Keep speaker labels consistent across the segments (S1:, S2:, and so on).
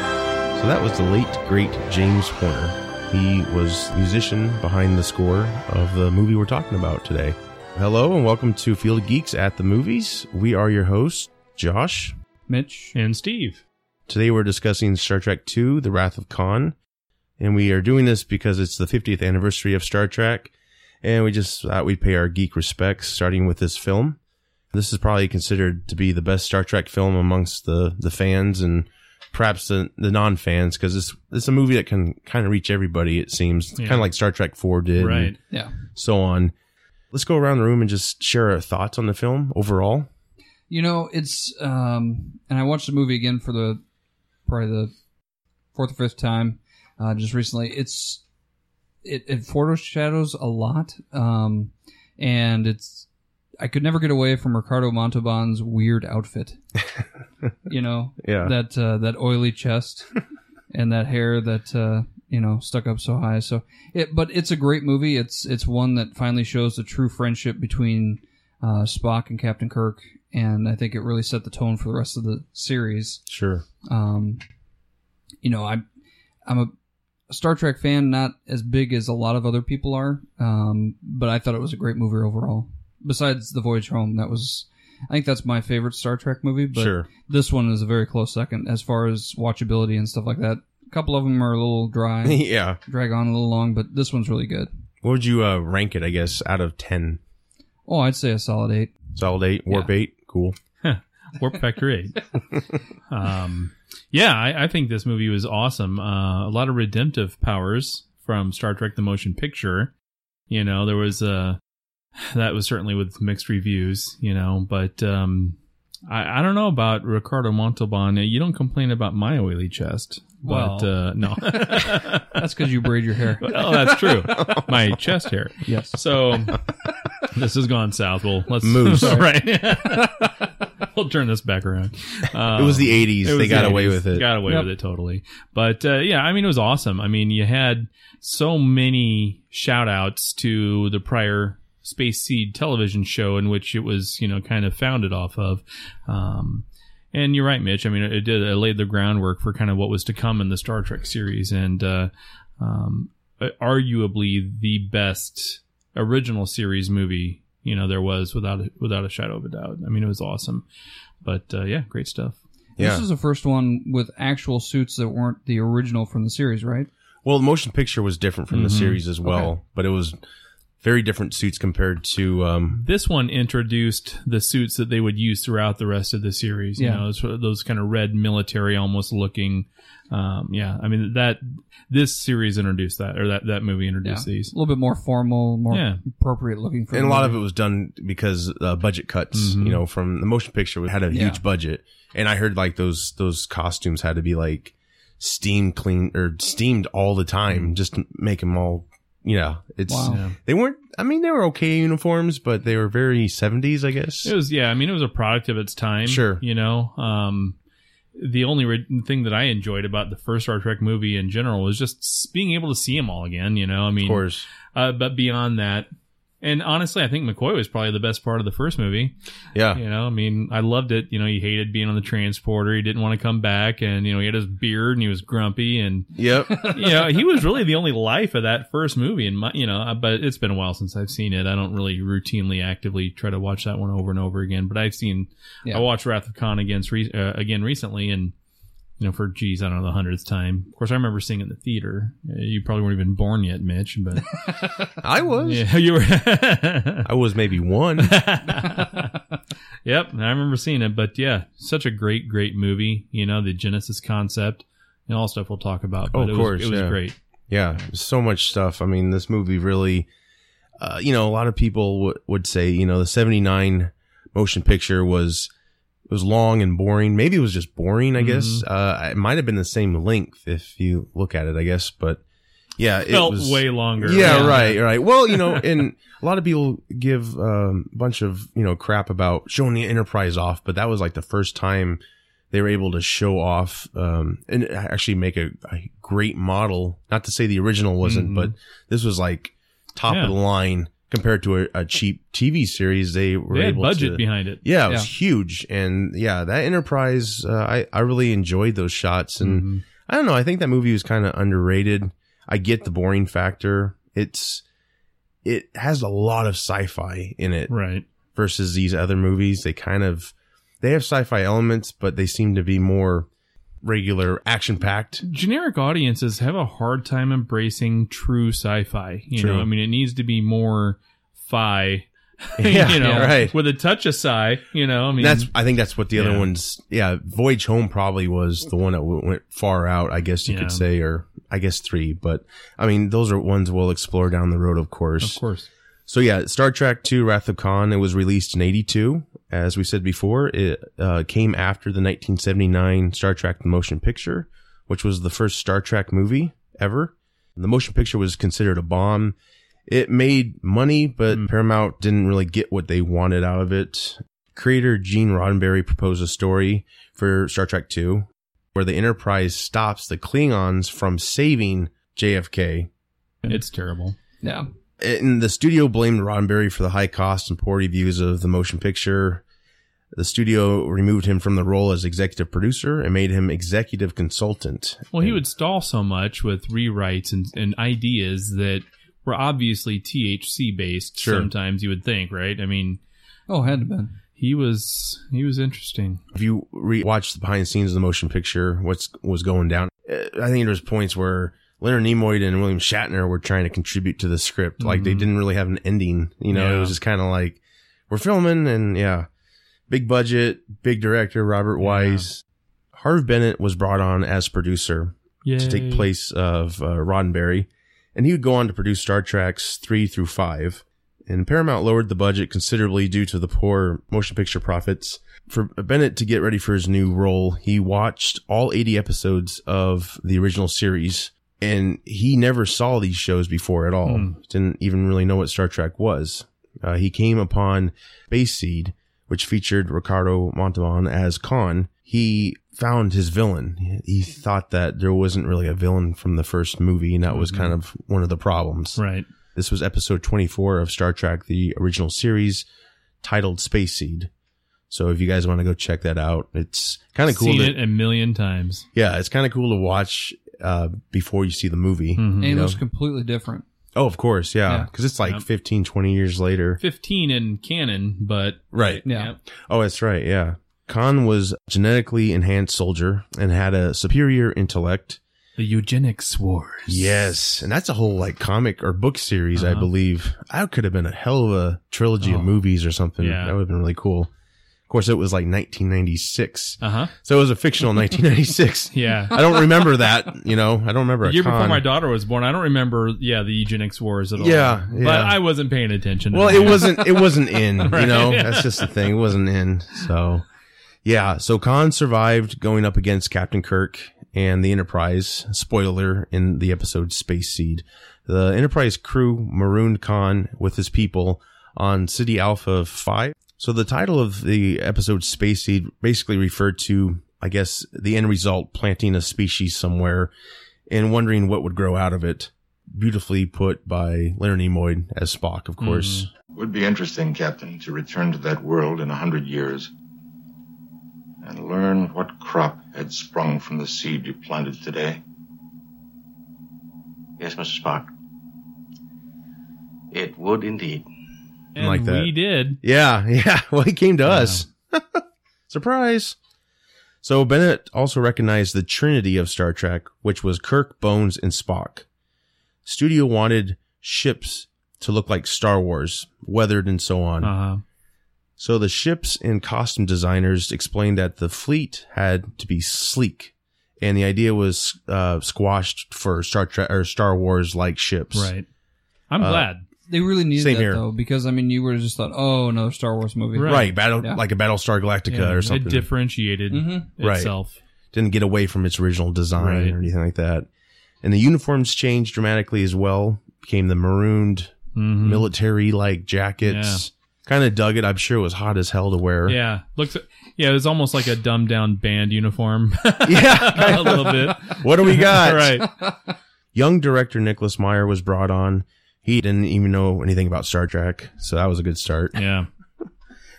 S1: So that was the late, great James Horner. He was the musician behind the score of the movie we're talking about today. Hello and welcome to Field of Geeks at the Movies. We are your hosts, Josh.
S2: Mitch
S3: and Steve.
S1: Today we're discussing Star Trek II, The Wrath of Khan. And we are doing this because it's the 50th anniversary of Star Trek. And we just thought we'd pay our geek respects starting with this film. This is probably considered to be the best Star Trek film amongst the, the fans and perhaps the, the non fans because it's, it's a movie that can kind of reach everybody, it seems.
S3: Yeah.
S1: Kind of like Star Trek 4 did. and
S3: Right.
S2: yeah
S1: So on. Let's go around the room and just share our thoughts on the film overall.
S2: you know it's um and i watched the movie again for the probably the fourth or fifth time uh just recently it's it, it foreshadows a lot um and it's i could never get away from ricardo montalban's weird outfit you know
S1: Yeah.
S2: that uh, that oily chest and that hair that uh, you know stuck up so high. So it, but it's a great movie. It's it's one that finally shows the true friendship between uh, Spock and Captain Kirk, and I think it really set the tone for the rest of the series.
S1: sure.
S2: Um, you know, I I'm a Star Trek fan, not as big as a lot of other people are, um, but I thought it was a great movie overall. Besides the Voyage Home, that was. I think that's my favorite Star Trek movie, but
S1: sure.
S2: this one is a very close second as far as watchability and stuff like that. A couple of them are a little dry,
S1: yeah.
S2: drag on a little long, but this one's really good.
S1: What would you uh, rank it, I guess, out of 10?
S2: Oh, I'd say a solid eight.
S1: Solid 8, Warp 8, cool.
S3: Warp Factor 8. um, yeah, I, I think this movie was awesome. Uh, a lot of redemptive powers from Star Trek the Motion Picture. You know, there was a. That was certainly with mixed reviews, you know, but um, I, I don't know about Ricardo Montalban. You don't complain about my oily chest. But,
S2: Well.
S3: uh, no.
S2: That's because you braid your hair.
S3: well, that's true. My chest hair.
S2: yes.
S3: So this has gone south. Well, let's
S1: Moose.
S3: right. we'll turn this back around. Um,
S1: It was the 80s.
S3: it was
S1: they got
S3: the
S1: away
S3: 80s.
S1: with it.
S3: Got away
S2: Yep.
S3: with it totally. But uh, yeah, I mean, it was awesome. I mean, you had so many shout outs to the prior Space Seed television show in which it was, you know, kind of founded off of. Um, and you're right, Mitch. I mean, it, it did. It laid the groundwork for kind of what was to come in the Star Trek series, and uh, um, arguably the best original series movie you know there was without a, without a shadow of a doubt. I mean, it was awesome. But uh, yeah, great stuff.
S1: yeah.
S2: This is the first one with actual suits that weren't the original from the series, right?
S1: well, the motion picture was different from the
S3: Mhm.
S1: series as well, but it was very different suits compared to. Um,
S3: this one introduced the suits that they would use throughout the rest of the series. You
S2: Yeah.
S3: know, those, those kind of red military almost looking. Um, yeah, I mean that this series introduced that, or that that movie introduced
S2: A
S3: these.
S2: little bit more formal, more
S3: Yeah.
S2: appropriate looking for
S1: and a lot of it was done because uh, budget cuts,
S3: Mhm.
S1: you know, from the motion picture had a
S2: Yeah.
S1: huge budget. And I heard like those, those costumes had to be like steam clean or steamed all the time just to make them all, you know, it's,
S2: Wow.
S3: Yeah.
S1: they weren't, I mean, they were okay uniforms, but they were very 70s, I guess.
S3: It was yeah. I mean, it was a product of its time.
S1: Sure.
S3: you know. Um, the only re- thing that I enjoyed about the first Star Trek movie in general was just s- being able to see them all again. You know, I
S1: of
S3: mean,
S1: course.
S3: Uh, but beyond that, and honestly, I think McCoy was probably the best part of the first movie.
S1: Yeah.
S3: You know, I mean, I loved it. You know, he hated being on the transporter. He didn't want to come back, and you know, he had his beard and he was grumpy, and
S1: Yep.
S3: you know, he was really the only life of that first movie. And my, you know, but it's been a while since I've seen it. I don't really routinely actively try to watch that one over and over again. But I've seen,
S2: Yeah.
S3: I watched Wrath of Khan against re- uh, again recently, and you know, for geez, I don't know, the hundredth time. Of course, I remember seeing it in the theater. Uh, You probably weren't even born yet, Mitch, but
S1: I was.
S3: yeah, you were.
S1: I was maybe one.
S3: yep, I remember seeing it, but yeah, such a great, great movie. You know, the Genesis concept and all stuff we'll talk about. But
S1: Oh,
S3: it
S1: of
S3: was,
S1: course,
S3: it was
S1: yeah.
S3: great.
S1: yeah. So much stuff. I mean, this movie really, uh, you know, a lot of people w- would say, you know, the 79 motion picture was, it was long and boring. Maybe it was just boring, I guess.
S3: Mm-hmm.
S1: Uh, it might have been the same length if you look at it, I guess, but yeah, it
S3: Felt
S1: was
S3: way longer.
S1: Yeah, right, right. Well, you know, and a lot of people give um, a bunch of you know crap about showing the Enterprise off, but that was like the first time they were able to show off um, and actually make a, a great model. Not to say the original wasn't,
S3: Mhm.
S1: but this was like top
S3: Yeah.
S1: of the line compared to a, a cheap TV series. They were
S3: They had
S1: able
S3: budget
S1: to.
S3: behind it.
S1: yeah, it was huge, and yeah, that Enterprise. Uh, I I really enjoyed those shots, and
S3: Mhm.
S1: I don't know. I think that movie was kind of underrated. I get the boring factor. It's it has a lot of sci-fi in it
S3: Right.
S1: versus these other movies. They kind of they have sci-fi elements, but they seem to be more regular action-packed.
S3: generic audiences have a hard time embracing true sci-fi. You
S1: True.
S3: know, I mean, it needs to be more fi.
S1: Yeah,
S3: you know,
S1: yeah, right.
S3: With a touch of sci. You know, I mean,
S1: that's I think that's what the other
S3: yeah.
S1: ones. Yeah, Voyage Home probably was the one that w- went far out. I guess you
S3: Yeah.
S1: could say, or I guess three. But I mean, those are ones we'll explore down the road, of
S3: of
S1: course.
S3: course.
S1: So yeah, Star Trek II: Wrath of Khan. It was released in '82, as we said before. It uh, came after the 1979 Star Trek: The Motion Picture, which was the first Star Trek movie ever. The motion picture was considered a bomb. It made money, but
S3: Mm.
S1: Paramount didn't really get what they wanted out of it. Creator Gene Roddenberry proposed a story for Star Trek II where the Enterprise stops the Klingons from saving JFK
S3: It's terrible.
S2: Yeah.
S1: and the studio blamed Roddenberry for the high cost and poor reviews of the motion picture. The studio removed him from the role as executive producer and made him executive consultant.
S3: Well, he would stall so much with rewrites and, and ideas that were obviously THC based.
S1: Sure.
S3: Sometimes you would think, right? I mean,
S2: Oh, had to been.
S3: he was he was interesting.
S1: If you re-watch the behind the scenes of the motion picture, what's was going down, eh, I think there was points where Leonard Nimoy and William Shatner were trying to contribute to the script. Like they
S3: Mhm.
S1: didn't really have an ending. You know, it
S3: Yeah.
S1: was just kind of like we're filming, and yeah, big budget, big director Robert Wise. Harv Bennett was brought on as producer. to take
S3: Yay.
S1: place of uh, Roddenberry, and he would go on to produce Star Trek's three through five. And Paramount lowered the budget considerably due to the poor motion picture profits. For Bennett to get ready for his new role, he watched all 80 episodes of the original series, and he never saw these shows before at all.
S3: Hmm.
S1: Didn't even really know what Star Trek was. Uh, he came upon Base Seed, which featured Ricardo Montalban as Khan, he found his villain. He thought that there wasn't really a villain from the first movie, and that was
S3: Mhm.
S1: kind of one of the problems.
S3: Right.
S1: This was episode 24 of Star Trek, the original series, titled Space Seed. So if you guys want to go check that out, it's kind of cool.
S3: Seen
S1: to-
S3: it a million times.
S1: Yeah, it's kind of cool to watch uh, before you see the movie.
S3: Mhm.
S2: And it
S1: know.
S2: looks completely different.
S1: Oh, of course, yeah,
S2: Yeah.
S1: because it's like
S3: Yep.
S1: fifteen, twenty 15, 20 years later.
S3: Fifteen in canon, but
S1: Right.
S2: Yeah.
S1: Oh, that's right. Yeah. Khan was a genetically enhanced soldier and had a superior intellect.
S3: The eugenics wars.
S1: Yes. And that's a whole like comic or book series, I
S3: Uh-huh.
S1: believe. That could have been a hell of a trilogy
S3: Oh.
S1: of movies or something.
S3: Yeah.
S1: That would have been really cool. Of course, it was like 1996.
S3: Uh huh.
S1: So it was a fictional 1996.
S3: Yeah.
S1: I don't remember that, you know, I don't remember
S3: The
S1: a
S3: year before
S1: Khan.
S3: my daughter was born, I don't remember. Yeah, the eugenics wars at all.
S1: Yeah, yeah.
S3: but I wasn't paying attention. to
S1: Well,
S3: that.
S1: it wasn't. It wasn't in. You
S3: Right.
S1: know, that's just the thing. It wasn't in. So, yeah. So Khan survived going up against Captain Kirk and the Enterprise. Spoiler in the episode Space Seed. The Enterprise crew marooned Khan with his people on City Alpha Five. So the title of the episode Space Seed basically referred to, I guess, the end result: planting a species somewhere and wondering what would grow out of it. Beautifully put by Leonard Nimoy as Spock, of course.
S4: Would be interesting, Captain, to return to that world in a hundred years and learn what crop had sprung from the seed you planted today.
S5: Yes, Mr. Spock. It would indeed.
S3: and
S1: like that.
S3: We did.
S1: Yeah, yeah. Well, he came to
S3: Yeah.
S1: us. Surprise. So Bennett also recognized the trinity of Star Trek, which was Kirk, Bones, and Spock. Studio wanted ships to look like Star Wars, weathered and so on.
S3: Uh,
S1: So the ships and costume designers explained that the fleet had to be sleek, and the idea was uh, squashed for Star Trek or Star Wars like ships.
S3: right. I'm
S1: Uh,
S3: glad.
S2: They really needed
S1: Same
S2: that
S1: here.
S2: though, because I mean, you would have just thought, oh, another Star Wars movie,
S1: Right,
S3: Right.
S1: battle
S2: Yeah.
S1: like a Battlestar Galactica
S3: Yeah,
S1: or something.
S3: It differentiated
S2: Mhm.
S1: Right.
S3: itself.
S1: didn't get away from its original design
S3: Right.
S1: or anything like that. And the uniforms changed dramatically as well. Became the marooned
S3: Mhm.
S1: military like jackets. Kind of dug it. I'm sure it was hot as hell to wear.
S3: Yeah, looks. Yeah, it was almost like a dumbed down band uniform.
S1: Yeah.
S3: a little bit.
S1: What do we got?
S3: right.
S1: Young director Nicholas Meyer was brought on. He didn't even know anything about Star Trek, so that was a good start.
S3: Yeah.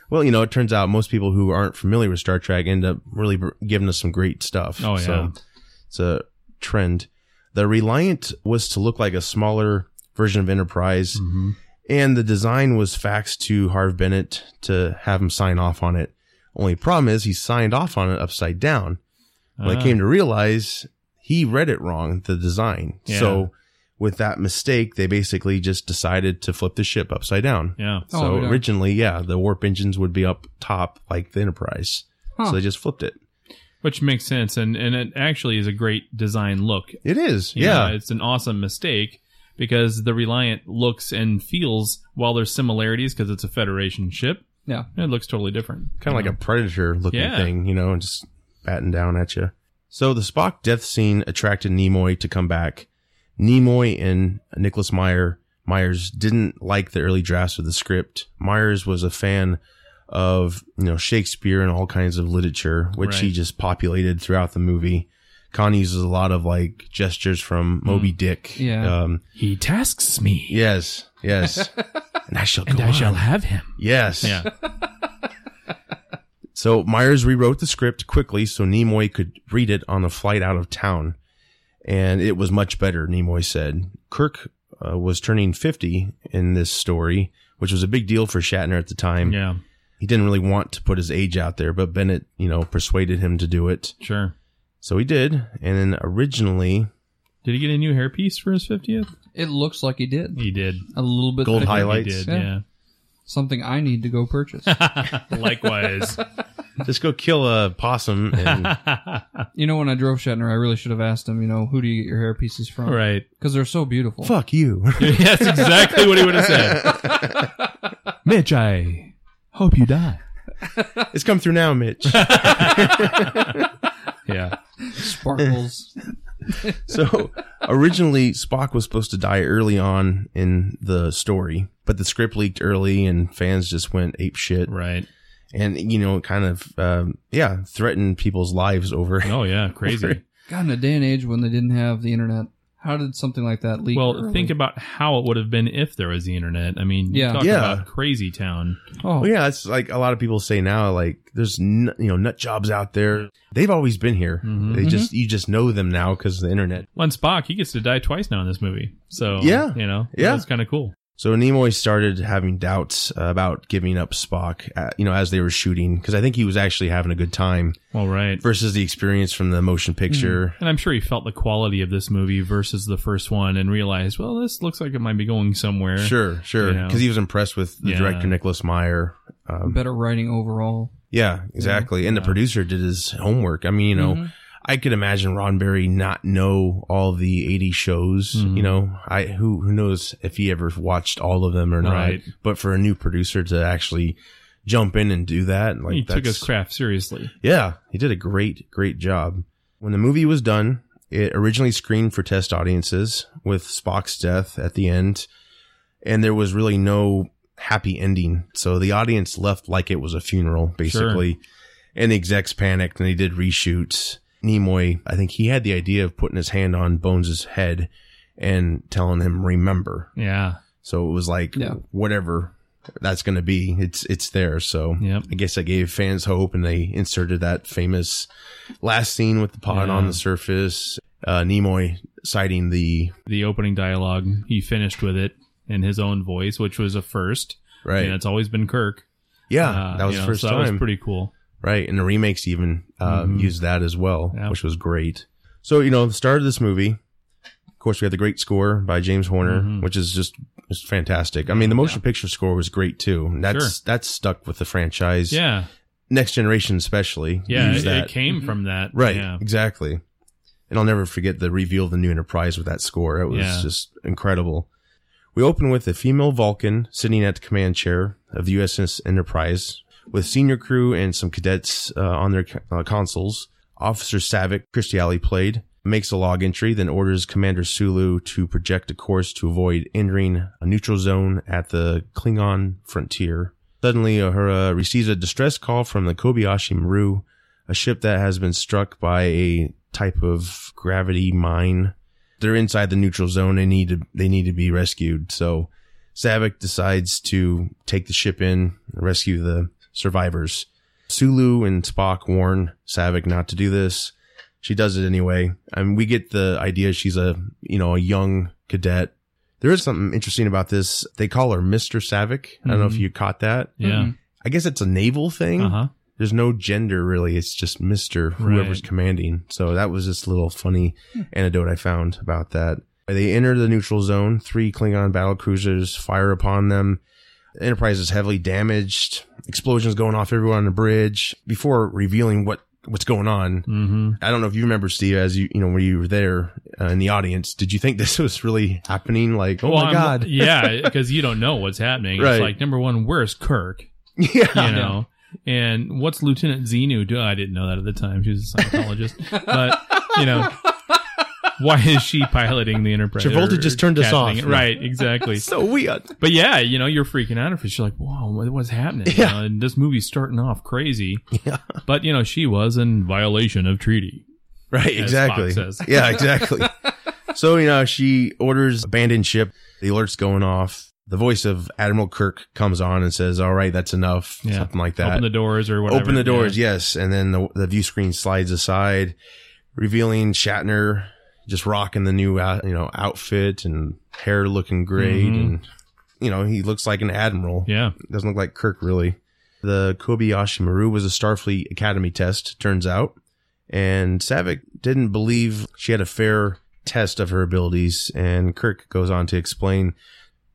S1: Well, you know, it turns out most people who aren't familiar with Star Trek end up really br- giving us some great stuff.
S3: Oh yeah.
S1: So it's a trend. The Reliant was to look like a smaller version of Enterprise,
S3: Mm-hmm.
S1: and the design was faxed to Harv Bennett to have him sign off on it. Only problem is he signed off on it upside down. When
S3: Ah.
S1: I came to realize he read it wrong, the design.
S3: Yeah.
S1: So with that mistake, they basically just decided to flip the ship upside down.
S3: yeah.
S2: Oh,
S1: so
S2: yeah.
S1: originally, yeah, the warp engines would be up top like the Enterprise.
S2: Huh.
S1: So they just flipped it.
S3: Which makes sense, and and it actually is a great design look.
S1: It is.
S3: You
S1: yeah.
S3: know, it's an awesome mistake because the Reliant looks and feels while there's similarities because it's a Federation ship.
S2: Yeah.
S3: it looks totally different.
S1: kind of like a predator looking
S3: Yeah.
S1: thing, you know, and just batting down at you. So the Spock death scene attracted Nimoy to come back. Nimoy and Nicholas Meyer Myers didn't like the early drafts of the script. Myers was a fan of you know Shakespeare and all kinds of literature, which he
S3: Right.
S1: just populated throughout the movie. Khan uses a lot of like gestures from Moby Dick.
S2: Yeah.
S1: Um,
S3: He tasks me,
S1: yes. Yes. and I shall. go on.
S3: have him.
S1: Yes.
S3: Yeah,
S1: So Myers rewrote the script quickly so Nimoy could read it on the flight out of town. And it was much better, Nimoy said. Kirk uh, was turning 50 in this story, which was a big deal for Shatner at the time.
S3: yeah,
S1: He didn't really want to put his age out there, but Bennett, you know, persuaded him to do it.
S3: sure.
S1: So he did. And then originally,
S3: Did he get a new hairpiece for his fiftieth?
S2: It looks like he did.
S3: He did.
S2: A little bit
S1: Gold
S2: thicker.
S1: highlight.
S3: He
S1: Lights.
S3: did.
S2: Yeah.
S3: Yeah.
S2: Something I need to go purchase.
S3: Likewise.
S1: just go kill a possum. And
S2: you know, when I drove Shatner, I really should have asked him, you know, who do you get your hair pieces from?
S3: right.
S2: Because they're so beautiful.
S1: fuck you.
S3: That's exactly what he would have said. Mitch, I hope you die.
S1: it's come through now, Mitch.
S3: Yeah.
S2: Sparkles.
S1: So originally, Spock was supposed to die early on in the story, but the script leaked early, and fans just went ape shit,
S3: Right.
S1: and you know, kind of, um, yeah, threatened people's lives over.
S3: Oh yeah. Crazy.
S2: God, in a day and age when they didn't have the internet, how did something like that leak?
S3: Well,
S2: early?
S3: think about how it would have been if there was the internet. I mean, you
S2: Yeah.
S3: talk
S1: Yeah.
S3: about crazy town.
S2: Oh,
S1: Well, yeah, it's like a lot of people say now, like there's n- you know nut jobs out there. They've always been here.
S3: Mhm.
S1: They just you just know them now because of the internet.
S3: One Spock, he gets to die twice now in this movie. So
S1: Yeah.
S3: you know,
S1: Yeah.
S3: it's kind of cool.
S1: So Nimoy started having doubts about giving up Spock, uh you know, as they were shooting, because I think he was actually having a good time
S3: All right.
S1: versus the experience from the motion picture.
S3: And I'm sure he felt the quality of this movie versus the first one and realized, well, this looks like it might be going somewhere.
S1: Sure, sure.
S3: You know?
S1: Because he was impressed with the
S3: Yeah.
S1: director Nicholas Meyer. Um,
S2: better writing overall.
S1: yeah, exactly. And the producer did his homework. I mean, you know,
S3: Mm-hmm.
S2: Mhm.
S1: I could imagine Roddenberry not know all the '80 shows.
S3: Mhm.
S1: You know, I who who knows if he ever watched all of them or not.
S3: Right.
S1: But for a new producer to actually jump in and do that, like
S3: he took
S1: that's-
S3: his craft seriously.
S1: Yeah, he did a great, great job. When the movie was done, it originally screened for test audiences with Spock's death at the end, and there was really no happy ending. So the audience left like it was a funeral, basically. And the execs panicked and they did reshoots. Nimoy, I think he had the idea of putting his hand on Bones' head and telling him, remember.
S3: Yeah.
S1: So it was like,
S2: Yeah.
S1: whatever that's going to be, it's, it's there. So
S3: Yep.
S1: I guess I gave fans hope, and they inserted that famous last scene with the pod
S3: Yeah.
S1: on the surface. Uh, Nimoy citing the
S3: The opening dialogue, he finished with it in his own voice, which was a first.
S1: right,
S3: And it's always been Kirk.
S1: yeah,
S3: Uh,
S1: that was
S3: you
S1: the
S3: know,
S1: first
S3: so
S1: time,
S3: That was pretty cool.
S1: right? And the remakes even uh,
S3: Mhm.
S1: used that as well,
S3: Yeah.
S1: which was great. So you know, the start of this movie, of course, we had the great score by James Horner,
S3: Mhm.
S1: which is just just fantastic. I mean, the motion picture score was great too. That's that's stuck with the franchise,
S3: Yeah.
S1: Next Generation especially,
S3: Yeah.
S1: used
S3: It,
S1: that.
S3: it came from that.
S1: Right.
S3: Yeah.
S1: Exactly. And I'll never forget the reveal of the new Enterprise with that score. It was
S3: Yeah.
S1: just incredible. We open with a female Vulcan sitting at the command chair of the USS Enterprise with senior crew and some cadets uh, on their uh, consoles. Officer Savick, Christiali played, makes a log entry, then orders Commander Sulu to project a course to avoid entering a neutral zone at the Klingon frontier. Suddenly, Uhura receives a distress call from the Kobayashi Maru, a ship that has been struck by a type of gravity mine. They're inside the neutral zone. They need to they need to be rescued. So Savick decides to take the ship in, and rescue the survivors. Sulu and Spock warn Savick not to do this. she does it anyway. I mean, we get the idea she's a you know a young cadet. There is something interesting about this. They call her Mister Savick. I don't know if
S3: Mhm.
S1: you caught that.
S3: Yeah.
S1: I guess it's a naval thing.
S3: Uh huh.
S1: There's no gender really. It's just Mister whoever's
S3: Right. Hmm.
S1: commanding. So that was this little funny anecdote I found about that. They enter the neutral zone. Three Klingon battle cruisers fire upon them. Enterprise is heavily damaged. Explosions going off everywhere on the bridge. Before revealing what what's going on,
S3: Mm-hmm.
S1: I don't know if you remember Steve, as you you know when you were there uh, in the audience. Did you think this was really happening? Like, oh my god,
S3: yeah, because you don't know what's happening.
S1: Right.
S3: It's like number one, where's Kirk?
S1: yeah,
S3: You know, and what's Lieutenant Xenu do? I didn't know that at the time. She was a Scientologist, but you know, why is she piloting the Enterprise?
S1: Travolta
S3: or
S1: just turned us
S3: captaining
S1: off.
S3: it? Right, exactly.
S1: so weird.
S3: But yeah, you know, you're freaking out if it's- you're like, "Wow, what- what's happening?" You
S1: Yeah.
S3: know, and this movie's starting off crazy.
S1: Yeah.
S3: But you know, she was in violation of treaty.
S1: Right,
S3: As
S1: exactly.
S3: Spock says.
S1: Yeah, exactly. so, you know, she orders abandoned ship. The alert's going off. The voice of Admiral Kirk comes on and says, All right, that's enough.
S3: Yeah.
S1: Something like that.
S3: Open the doors or whatever.
S1: Open the doors,
S3: Yeah.
S1: yes. And then the, the view screen slides aside, revealing Shatner just rocking the new, uh, you know, outfit and hair looking great.
S3: Mhm.
S1: And, you know, he looks like an admiral.
S3: yeah.
S1: Doesn't look like Kirk really. The Kobayashi Maru was a Starfleet Academy test, turns out, and Savick didn't believe she had a fair test of her abilities. And Kirk goes on to explain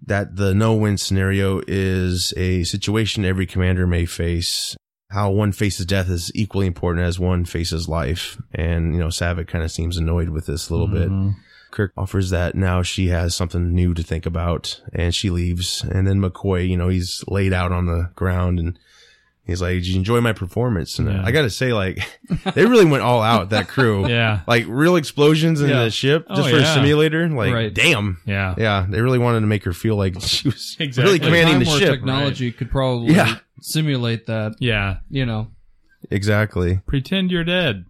S1: that the no-win scenario is a situation every commander may face. How one faces death is equally important as one faces life. And you know, Savick kind of seems annoyed with this a little bit.
S3: Mhm.
S1: Kirk offers that now she has something new to think about and she leaves. And then McCoy, you know, he's laid out on the ground and he's like, Did you enjoy my performance? And
S3: Yeah.
S1: I got to say, like, they really went all out, that crew.
S3: Yeah.
S1: Like, real explosions in
S3: Yeah.
S1: the ship
S3: Oh,
S1: just for
S3: yeah.
S1: a simulator. Like,
S2: Right.
S1: damn.
S3: Yeah.
S1: Yeah. They really wanted to make her feel like she was
S3: Exactly.
S1: really commanding
S2: Time
S1: the
S2: warp
S1: ship.
S2: technology could probably
S1: Yeah.
S2: simulate that.
S3: Yeah.
S2: You know,
S1: Exactly.
S3: Pretend you're dead.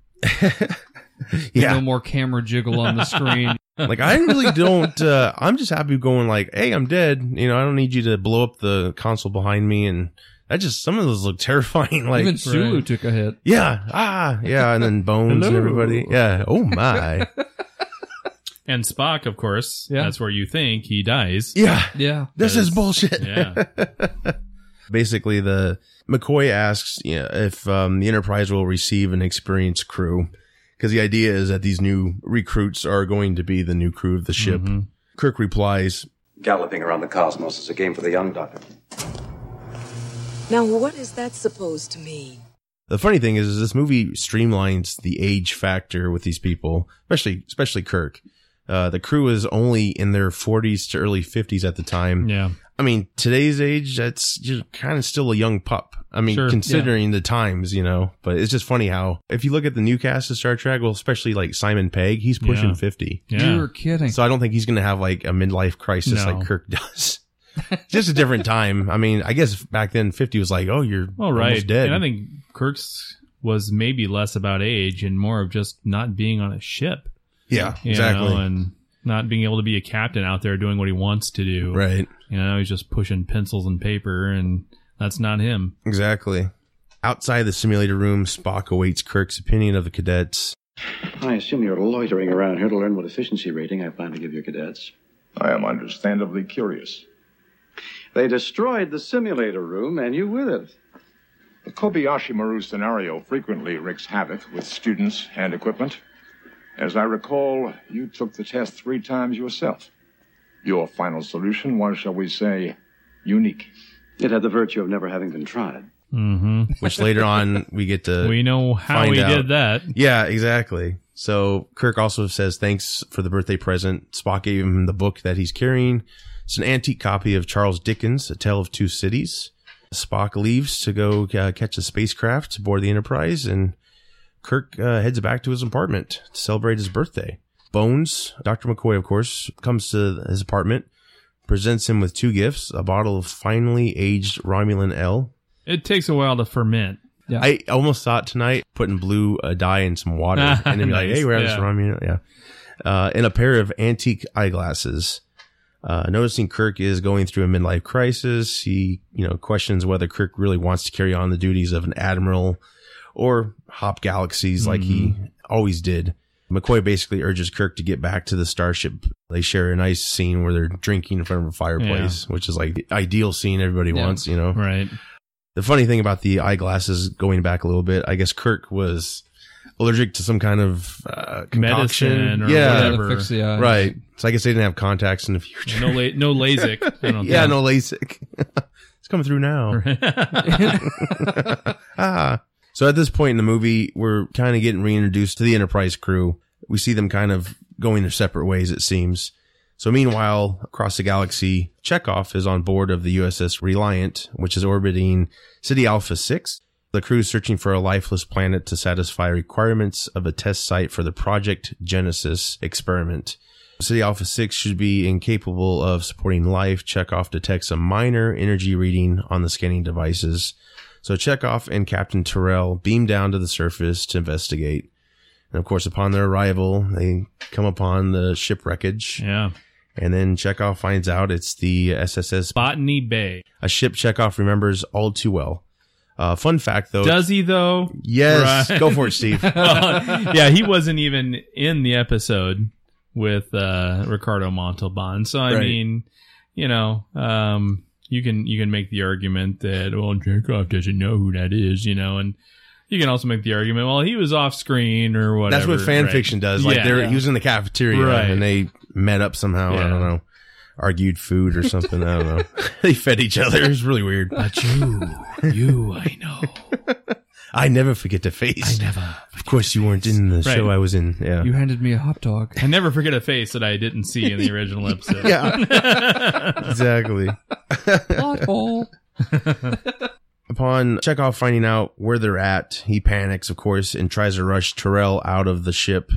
S1: Yeah.
S2: no more camera jiggle on the screen.
S1: like I really don't. Uh, I'm just happy going like, hey, I'm dead. You know, I don't need you to blow up the console behind me. And that just some of those look terrifying. Like,
S2: Even Sulu
S3: right.
S2: took a hit.
S1: yeah, ah, yeah, and then bones and
S3: Hello.
S1: everybody. Yeah. Oh my.
S3: And Spock, of course.
S2: Yeah.
S3: That's where you think he dies.
S1: Yeah.
S2: Yeah.
S1: This is
S3: Yes.
S1: bullshit.
S3: Yeah.
S1: Basically, the McCoy asks you know, if um, the Enterprise will receive an experienced crew. Because the idea is that these new recruits are going to be the new crew of the ship.
S3: Mhm.
S1: Kirk replies,
S5: Galloping around the cosmos is a game for the young, Doctor.
S6: Now, what is that supposed to mean?
S1: The funny thing is, is this movie streamlines the age factor with these people, especially especially Kirk. Uh, the crew is only in their 40s to early 50s at the time.
S3: Yeah.
S1: I mean, today's age, that's you're kind of still a young pup. I mean,
S3: Sure,
S1: considering the times, you know. But it's just funny how if you look at the new cast of Star Trek, well, especially like Simon Pegg, he's pushing
S3: Yeah.
S1: 50.
S3: Yeah.
S2: You're kidding.
S1: So I don't think he's going to have like a midlife crisis
S3: No.
S1: like Kirk does. just a different time. I mean, I guess back then 50 was like, oh, you're
S3: All right.
S1: almost dead.
S3: And I think Kirk's was maybe less about age and more of just not being on a ship.
S1: yeah,
S3: you
S1: exactly.
S3: know, and not being able to be a captain out there doing what he wants to do.
S1: Right.
S3: You know, he's just pushing pencils and paper, and that's not him.
S1: Exactly. Outside the simulator room, Spock awaits Kirk's opinion of the cadets.
S7: I assume you're loitering around here to learn what efficiency rating I plan to give your cadets.
S4: I am understandably curious.
S7: They destroyed the simulator room, and you with it.
S4: The Kobayashi Maru scenario frequently wreaks havoc with students and equipment. As I recall, you took the test three times yourself. Your final solution was, shall we say, unique.
S7: It had the virtue of never having been tried.
S3: hmm
S1: Which later on we get to.
S3: we know how
S1: find
S3: he
S1: out.
S3: did that.
S1: yeah, exactly. So Kirk also says thanks for the birthday present. Spock gave him the book that he's carrying. It's an antique copy of Charles Dickens' A Tale of Two Cities. Spock leaves to go uh, catch a spacecraft aboard the Enterprise, and Kirk uh, heads back to his apartment to celebrate his birthday. Bones, Dr. McCoy, of course, comes to his apartment, presents him with two gifts a bottle of finely aged Romulan L.
S3: It takes a while to ferment.
S1: I almost thought tonight putting blue uh, dye in some water and then be like,
S3: Nice,
S1: hey, we're having
S3: yeah.
S1: some Romulan. Yeah. Uh, and a pair of antique eyeglasses. Uh, noticing Kirk is going through a midlife crisis, he, you know, questions whether Kirk really wants to
S3: Mm-hmm.
S1: carry on the duties of an admiral or hop galaxies like he always did. McCoy basically urges Kirk to get back to the starship. They share a nice scene where they're drinking in front of a fireplace, which is like the ideal scene everybody
S2: Yeah.
S1: wants, you know.
S3: Right.
S1: The funny thing about the eyeglasses going back a little bit, I guess Kirk was allergic to some kind of uh, concoction.
S3: Medicine or
S1: yeah,
S2: Yeah,
S3: whatever.
S2: to fix the eyes.
S1: right. So I guess they didn't have contacts in the future.
S3: No, la- no LASIK. I don't
S1: yeah,
S3: think.
S1: no LASIK. it's coming through now. ah. So at this point in the movie, we're kind of getting reintroduced to the Enterprise crew. We see them kind of going their separate ways, it seems. So meanwhile, across the galaxy, Chekhov is on board of the USS Reliant, which is orbiting City Alpha 6. The crew is searching for a lifeless planet to satisfy requirements of a test site for the Project Genesis experiment. City Alpha 6 should be incapable of supporting life. Chekhov detects a minor energy reading on the scanning devices. So Chekhov and Captain Terrell beam down to the surface to investigate. And of course, upon their arrival, they come upon the ship wreckage.
S3: yeah.
S1: And then Chekhov finds out it's the SSS,
S3: Botany Bay.
S1: a ship Chekhov remembers all too well. Uh, fun fact though.
S3: Does he though?
S1: yes.
S3: Right.
S1: Go for it, Steve.
S3: yeah, he wasn't even in the episode with uh, Ricardo Montalban. So I
S1: Right.
S3: mean, you know, um, you can you can make the argument that well, Chekhov doesn't know who that is, you know, and you can also make the argument well, he was off screen or whatever.
S1: That's what fan
S3: right.
S1: fiction does. Like
S3: Yeah.
S1: they're he was in the cafeteria
S3: Right.
S1: and they met up somehow. I
S3: Yeah.
S1: don't know, argued food or something. I don't know. they fed each other. It was really weird.
S3: But you, you, I know.
S1: I never forget the face.
S3: Never.
S1: Of course, you weren't in the
S3: Right.
S1: show I was in. Yeah.
S2: You handed me a hot dog.
S3: I never forget a face that I didn't see in the original episode.
S1: yeah. exactly.
S2: Pothole.
S1: Upon Chekhov finding out where they're at, he panics, of course, and tries to rush Terrell out of the ship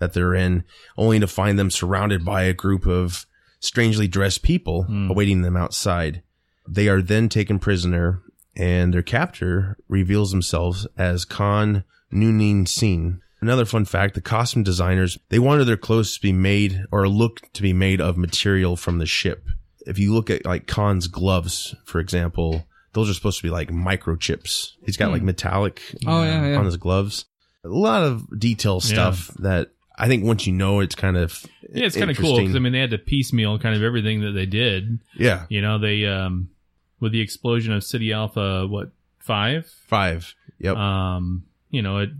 S1: that they're in, only to find them surrounded by a group of strangely dressed people
S3: Hmm.
S1: awaiting them outside. They are then taken prisoner, and their captor reveals themselves as Khan Noonin Sin. Another fun fact, the costume designers, they wanted their clothes to be made or look to be made of material from the ship. If you look at like Khan's gloves, for example, those are supposed to be like microchips. He's got like metallic
S2: Oh, yeah, yeah.
S1: on his gloves. A lot of detail stuff that I think once you know, it's kind of
S3: Yeah, it's kind of cool because I mean they had to piecemeal kind of everything that they did.
S1: yeah,
S3: You know, they um with the explosion of City Alpha what 5?
S1: five. Yep.
S3: Um, you know, it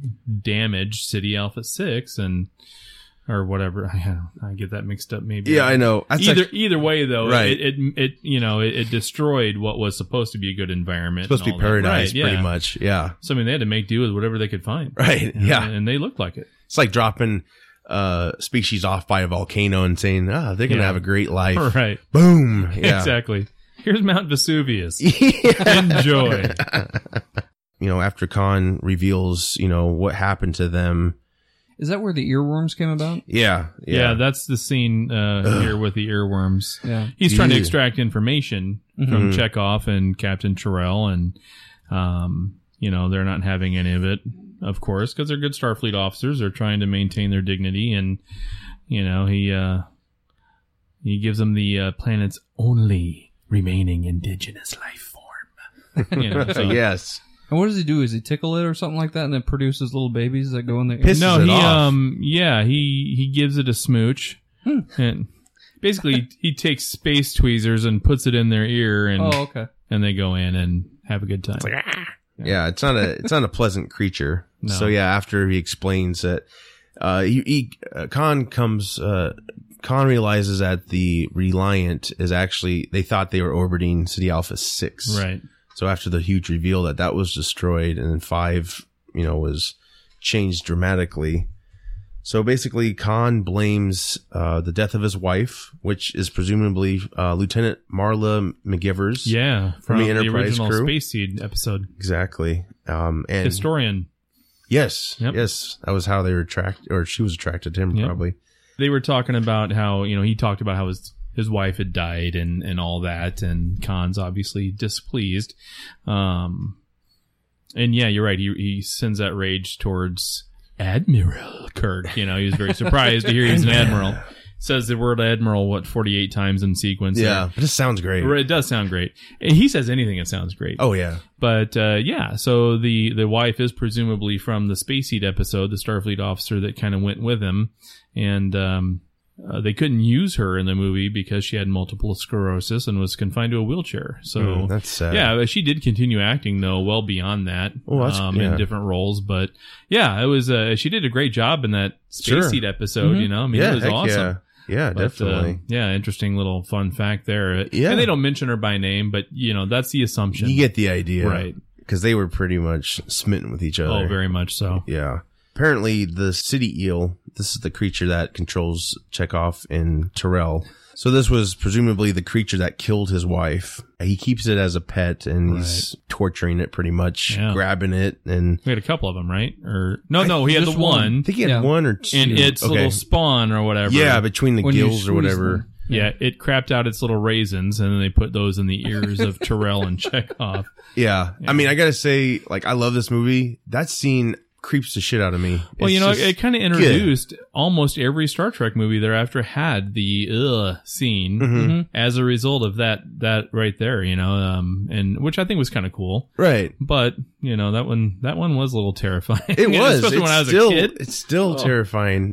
S3: damaged City Alpha 6 and or whatever. I don't- I get that mixed up maybe.
S1: yeah, I know. That's
S3: Either
S1: actually
S3: either way though,
S1: Right.
S3: it, it it you know, it, it destroyed what was supposed to be a good environment.
S1: supposed to
S3: and
S1: be
S3: all that.
S1: paradise,
S3: Right, yeah.
S1: pretty much. Yeah.
S3: So I mean, they had to make do with whatever they could find.
S1: Right.
S3: You know,
S1: Yeah.
S3: And they looked like it.
S1: It's like dropping uh species off by a volcano and saying, ah, they're gonna
S3: Yeah.
S1: have a great life.
S3: Right.
S1: Boom. Yeah.
S3: Exactly. Here's Mount Vesuvius. Enjoy.
S1: You know, after Khan reveals, you know, what happened to them.
S2: Is that where the earworms came about?
S1: Yeah.
S3: Yeah,
S1: Yeah.
S3: that's the scene uh, here with the earworms.
S2: Yeah.
S3: He's trying to
S1: Yeah. Mm-hmm.
S3: extract information from Chekhov and Captain Terrell, and um, you know they're not having any of it, of course, because they're good Starfleet officers. They're trying to maintain their dignity, and you know he uh, he gives them the uh, planet's only remaining indigenous life form. You know, so-
S1: yes.
S2: And what does he do? Is he tickle it or something like that, and it produces little babies that go in the
S1: Piss-
S2: ear?
S1: pisses
S3: no,
S1: it
S3: he
S1: off.
S3: um yeah, he he gives it a smooch.
S1: Hmm.
S3: and basically he takes space tweezers and puts it in their ear and
S2: Oh, okay.
S3: and they go in and have a good time.
S1: Yeah, it's not a it's not a pleasant creature.
S3: No.
S1: So yeah, after he explains that, uh, he, he uh, Khan comes. Uh, Khan realizes that the Reliant is actually they thought they were orbiting City Alpha Six.
S3: right.
S1: So after the huge reveal that that was destroyed, and then five, you know, was changed dramatically. So basically, Khan blames uh, the death of his wife, which is presumably uh, Lieutenant Marla McGivers.
S3: Yeah, from,
S1: the
S3: the,
S1: Enterprise
S3: original
S1: crew.
S3: Space Seed episode.
S1: exactly. Um, and
S3: Historian.
S1: Yes,
S3: Yep.
S1: yes, that was how they were attracted, or she was attracted to him,
S3: Yep.
S1: probably.
S3: They were talking about how, you know, he talked about how his his wife had died and and all that and Khan's obviously displeased. Um and yeah, you're right. He he sends that rage towards Admiral Kirk. You know, he was very surprised to hear he was an admiral. says the word admiral what 48 times in sequence.
S1: Yeah,
S3: there.
S1: it just sounds great.
S3: Right, It does sound great. And He says anything, it sounds great.
S1: Oh yeah,
S3: But uh, yeah, so the the wife is presumably from the space heat episode, the Starfleet officer that kind of went with him, and um, uh, they couldn't use her in the movie because she had multiple sclerosis and was confined to a wheelchair. So
S1: Mm, that's sad.
S3: Yeah, but she did continue acting though, well beyond that, um,
S1: Oh, that's- yeah.
S3: in different roles. But yeah, it was uh, she did a great job in that space
S1: Sure. Mm-hmm.
S3: heat episode. You know, I mean,
S1: yeah,
S3: it was
S1: heck
S3: awesome.
S1: yeah, yeah,
S3: But,
S1: definitely.
S3: uh, yeah, interesting little fun fact there.
S1: Yeah.
S3: And they don't mention her by name, but you know, that's the assumption.
S1: you get the idea,
S3: Right.
S1: Because they were pretty much smitten with each other.
S3: Oh, very much so.
S1: Yeah. Apparently, the city eel. This is the creature that controls Chekhov and Terrell. So this was presumably the creature that killed his wife. He keeps it as a pet, and he's torturing it pretty much,
S3: Yeah.
S1: grabbing it, and
S3: We had a couple of them, right? Or no, Oh, no, he had the
S2: just one.
S3: one,
S1: I think he had
S2: Yeah.
S1: one or two.
S3: and its
S1: Okay.
S3: little spawn or whatever.
S1: yeah, between the
S2: When you
S1: gills or
S2: squeeze
S1: whatever.
S2: them.
S3: yeah, it crapped out its little raisins, and then they put those in the ears of Terrell and Chekhov.
S1: Yeah. I mean, I gotta say, like, I love this movie. That scene creeps the shit out of me.
S3: Well,
S1: It's
S3: you know,
S1: just-
S3: it kind of introduced almost every Star Trek movie thereafter had the ugh scene
S1: Mhm.
S3: as a result of that that right there, you know, um, and which I think was kind of cool.
S1: right.
S3: But you know that one that one was a little terrifying.
S1: It
S3: You know,
S1: was.
S3: especially
S1: it's
S3: when I was
S1: still,
S3: a kid. Oh.
S1: It's still terrifying.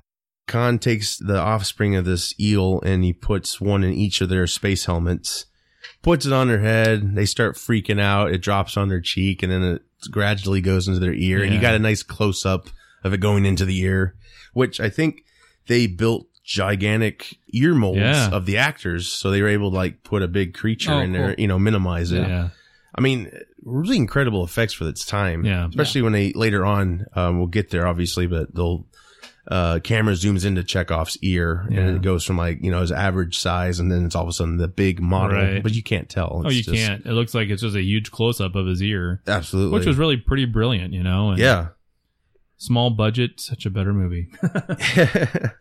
S1: Khan takes the offspring of this eel and he puts one in each of their space helmets, puts it on their head. They start freaking out. It drops on their cheek and then it gradually goes into their ear. And you
S3: Yeah.
S1: got a nice close up of it going into the ear, which I think they built gigantic ear molds
S3: Yeah.
S1: of the actors. So they were able to like put a big creature
S2: Oh,
S1: in there,
S2: cool.
S1: you know, minimize it.
S3: yeah.
S1: I mean, really incredible effects for its time.
S3: Yeah.
S1: Especially when they later on, um, we'll get there obviously, but they'll, uh, camera zooms into Chekhov's ear
S3: Yeah.
S1: and it goes from like, you know, his average size and then it's all of a sudden the big model,
S3: Right.
S1: but you can't tell.
S3: Oh,
S1: It's
S3: you
S1: just-
S3: can't. It looks like it's just a huge close up of his ear,
S1: Absolutely.
S3: which was really pretty brilliant, you know. And
S1: yeah.
S3: Small budget, such a better movie.
S1: yeah,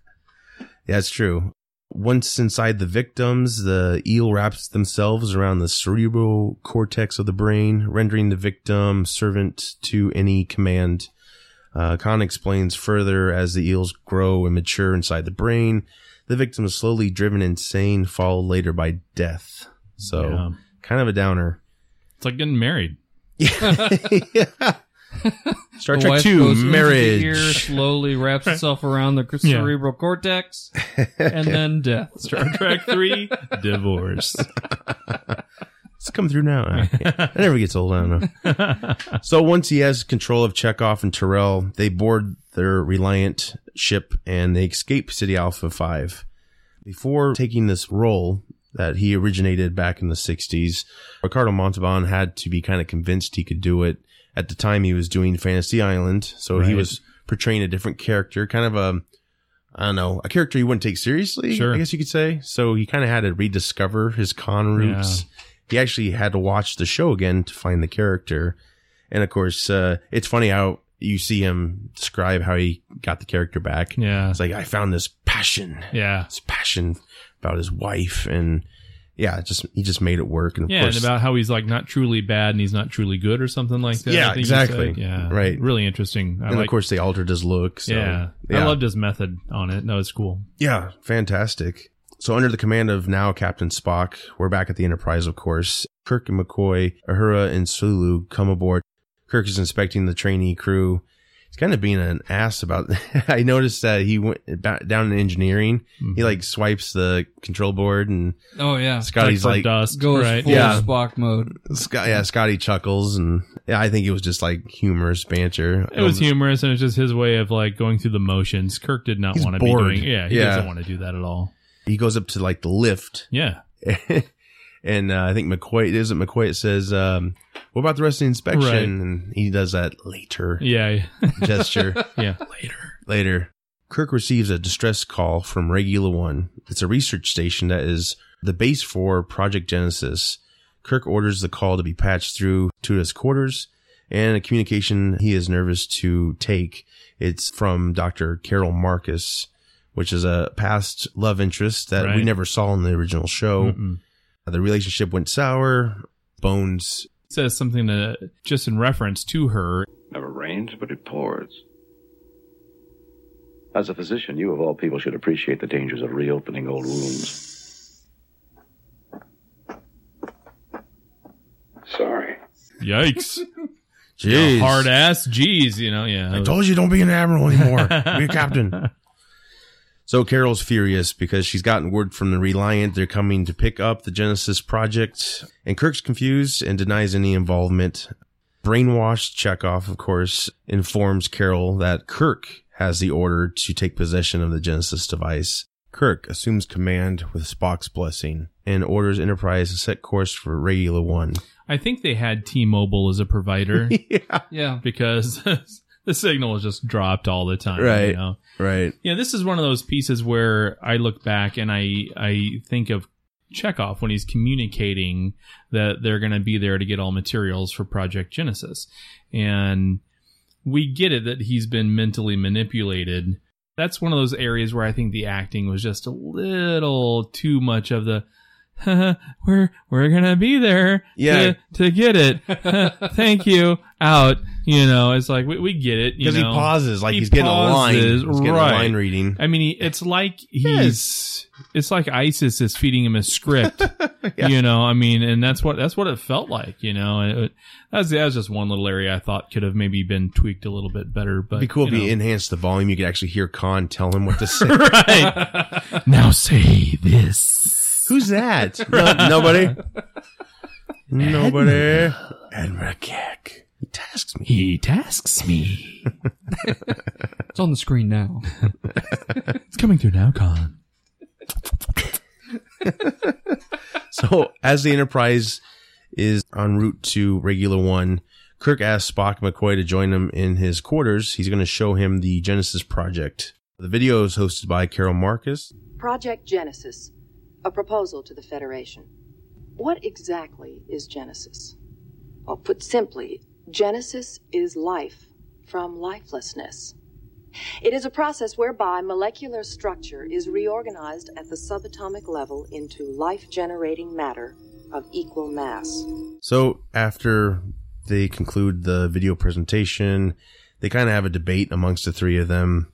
S1: it's true. Once inside the victims, the eel wraps themselves around the cerebral cortex of the brain, rendering the victim servant to any command. Uh, Khan explains further as the eels grow and mature inside the brain, the victim is slowly driven insane, followed later by death. So,
S3: Yeah.
S1: kind of a downer.
S3: It's like getting married.
S1: Star
S2: The
S1: Trek
S2: wife
S1: Two:
S2: goes into the ear,
S1: Marriage.
S2: slowly wraps itself around the cr-
S3: Yeah.
S2: cerebral cortex, and then death.
S3: Star Trek Three, divorce.
S1: It's come through now. Ah, It never gets old. I don't know. so once he has control of Chekhov and Terrell, they board their Reliant ship and they escape City Alpha 5. Before taking this role that he originated back in the 60s, Ricardo Montalban had to be kind of convinced he could do it. At the time, he was doing Fantasy Island, so he
S3: Right.
S1: was portraying a different character, kind of a, I don't know, a character you wouldn't take seriously,
S3: Sure.
S1: I guess you could say. So he kind of had to rediscover his con roots. He actually had to watch the show again to find the character. And of course, uh, it's funny how you see him describe how he got the character back.
S3: Yeah,
S1: It's like, I found this passion,
S3: yeah,
S1: this passion about his wife. And yeah, it just, he just made it work. And of
S3: yeah.
S1: course,
S3: And about how he's like not truly bad and he's not truly good or something like that. I
S1: Yeah,
S3: think you
S1: exactly.
S3: said. Yeah,
S1: Right.
S3: Really interesting. I
S1: and
S3: like.
S1: of course they altered his look. So,
S3: yeah. I loved his method on it. That was cool.
S1: Yeah, fantastic. So under the command of now Captain Spock, we're back at the Enterprise, of course. Kirk and McCoy, Ahura and Sulu come aboard. Kirk is inspecting the trainee crew. He's kind of being an ass about. I noticed that he went ba- down in engineering.
S3: Mm.
S1: He like swipes the control board, and
S2: Oh yeah,
S1: Scotty's
S3: for
S1: like,
S3: dust,
S2: goes
S3: right?
S2: full
S1: yeah.
S2: Spock mode.
S1: Scott, yeah, Scotty chuckles, and yeah, I think it was just like humorous banter. Um,
S3: It was humorous, and it's just his way of like going through the motions. Kirk did not
S1: He's
S3: want to be
S1: bored.
S3: doing. Yeah, he
S1: Yeah.
S3: doesn't want to do that at all.
S1: He goes up to like the lift,
S3: Yeah,
S1: and uh, I think McCoy is it McCoy. It says, um, "What about the rest of the inspection?"
S3: Right.
S1: And he does that later
S3: yeah,
S1: gesture
S3: yeah.
S1: later. Kirk receives a distress call from Regula One. It's a research station that is the base for Project Genesis. Kirk orders the call to be patched through to his quarters, and a communication he is nervous to take. It's from Dr. Carol Marcus, which is a past love interest that we
S3: Right.
S1: never saw in the original show.
S3: Mm-mm.
S1: The relationship went sour. Bones.
S3: Says something to just in reference to her.
S7: Never rains, but it pours. As a physician, you of all people should appreciate the dangers of reopening old wounds.
S8: Sorry.
S3: Yikes.
S1: Jeez.
S3: Hard ass. Jeez. You know, yeah.
S1: I told you don't be an admiral anymore. be a captain. So Carol's furious because she's gotten word from the Reliant they're coming to pick up the Genesis project, and Kirk's confused and denies any involvement. Brainwashed Chekhov, of course, informs Carol that Kirk has the order to take possession of the Genesis device. Kirk assumes command with Spock's blessing and orders Enterprise to set course for Regular One.
S3: I think they had T-Mobile as a provider
S1: yeah,
S2: Yeah.
S3: because the signal was just dropped all the time. You
S1: Right.
S3: know?
S1: right.
S3: Yeah, this is one of those pieces where I look back and I I think of Chekhov when he's communicating that they're going to be there to get all materials for Project Genesis, and we get it that he's been mentally manipulated. That's one of those areas where I think the acting was just a little too much of the. we're we're gonna be there
S1: Yeah.
S3: to, to get it. Thank you. Out. You know, it's like we, we get it. you
S1: Because he
S3: know.
S1: pauses, like
S3: He
S1: he's getting
S3: pauses,
S1: a line. He's getting
S3: right.
S1: a line reading.
S3: I mean, he- it's like he's it's like ISIS is feeding him a script. You know, I mean, and that's what that's what it felt like. You know, And it, that, was, that was just one little area I thought could have maybe been tweaked a little bit better. But
S1: It'd be cool if
S3: you
S1: you
S3: know.
S1: enhanced the volume. You could actually hear Khan tell him what to say.
S3: right now, say this.
S1: Who's that? No- nobody. Nobody. Admiral Keck. He tasks me.
S3: He tasks me.
S2: It's on the screen now.
S3: It's coming through now, Con.
S1: So as the Enterprise is en route to Regular One, Kirk asks Spock and McCoy to join him in his quarters. He's going to show him the Genesis project. The video is hosted by Carol Marcus.
S6: Project Genesis, a proposal to the Federation. What exactly is Genesis? Well, put simply, Genesis is life from lifelessness. It is a process whereby molecular structure is reorganized at the subatomic level into life generating matter of equal mass.
S1: So after they conclude the video presentation, they kind of have a debate amongst the three of them.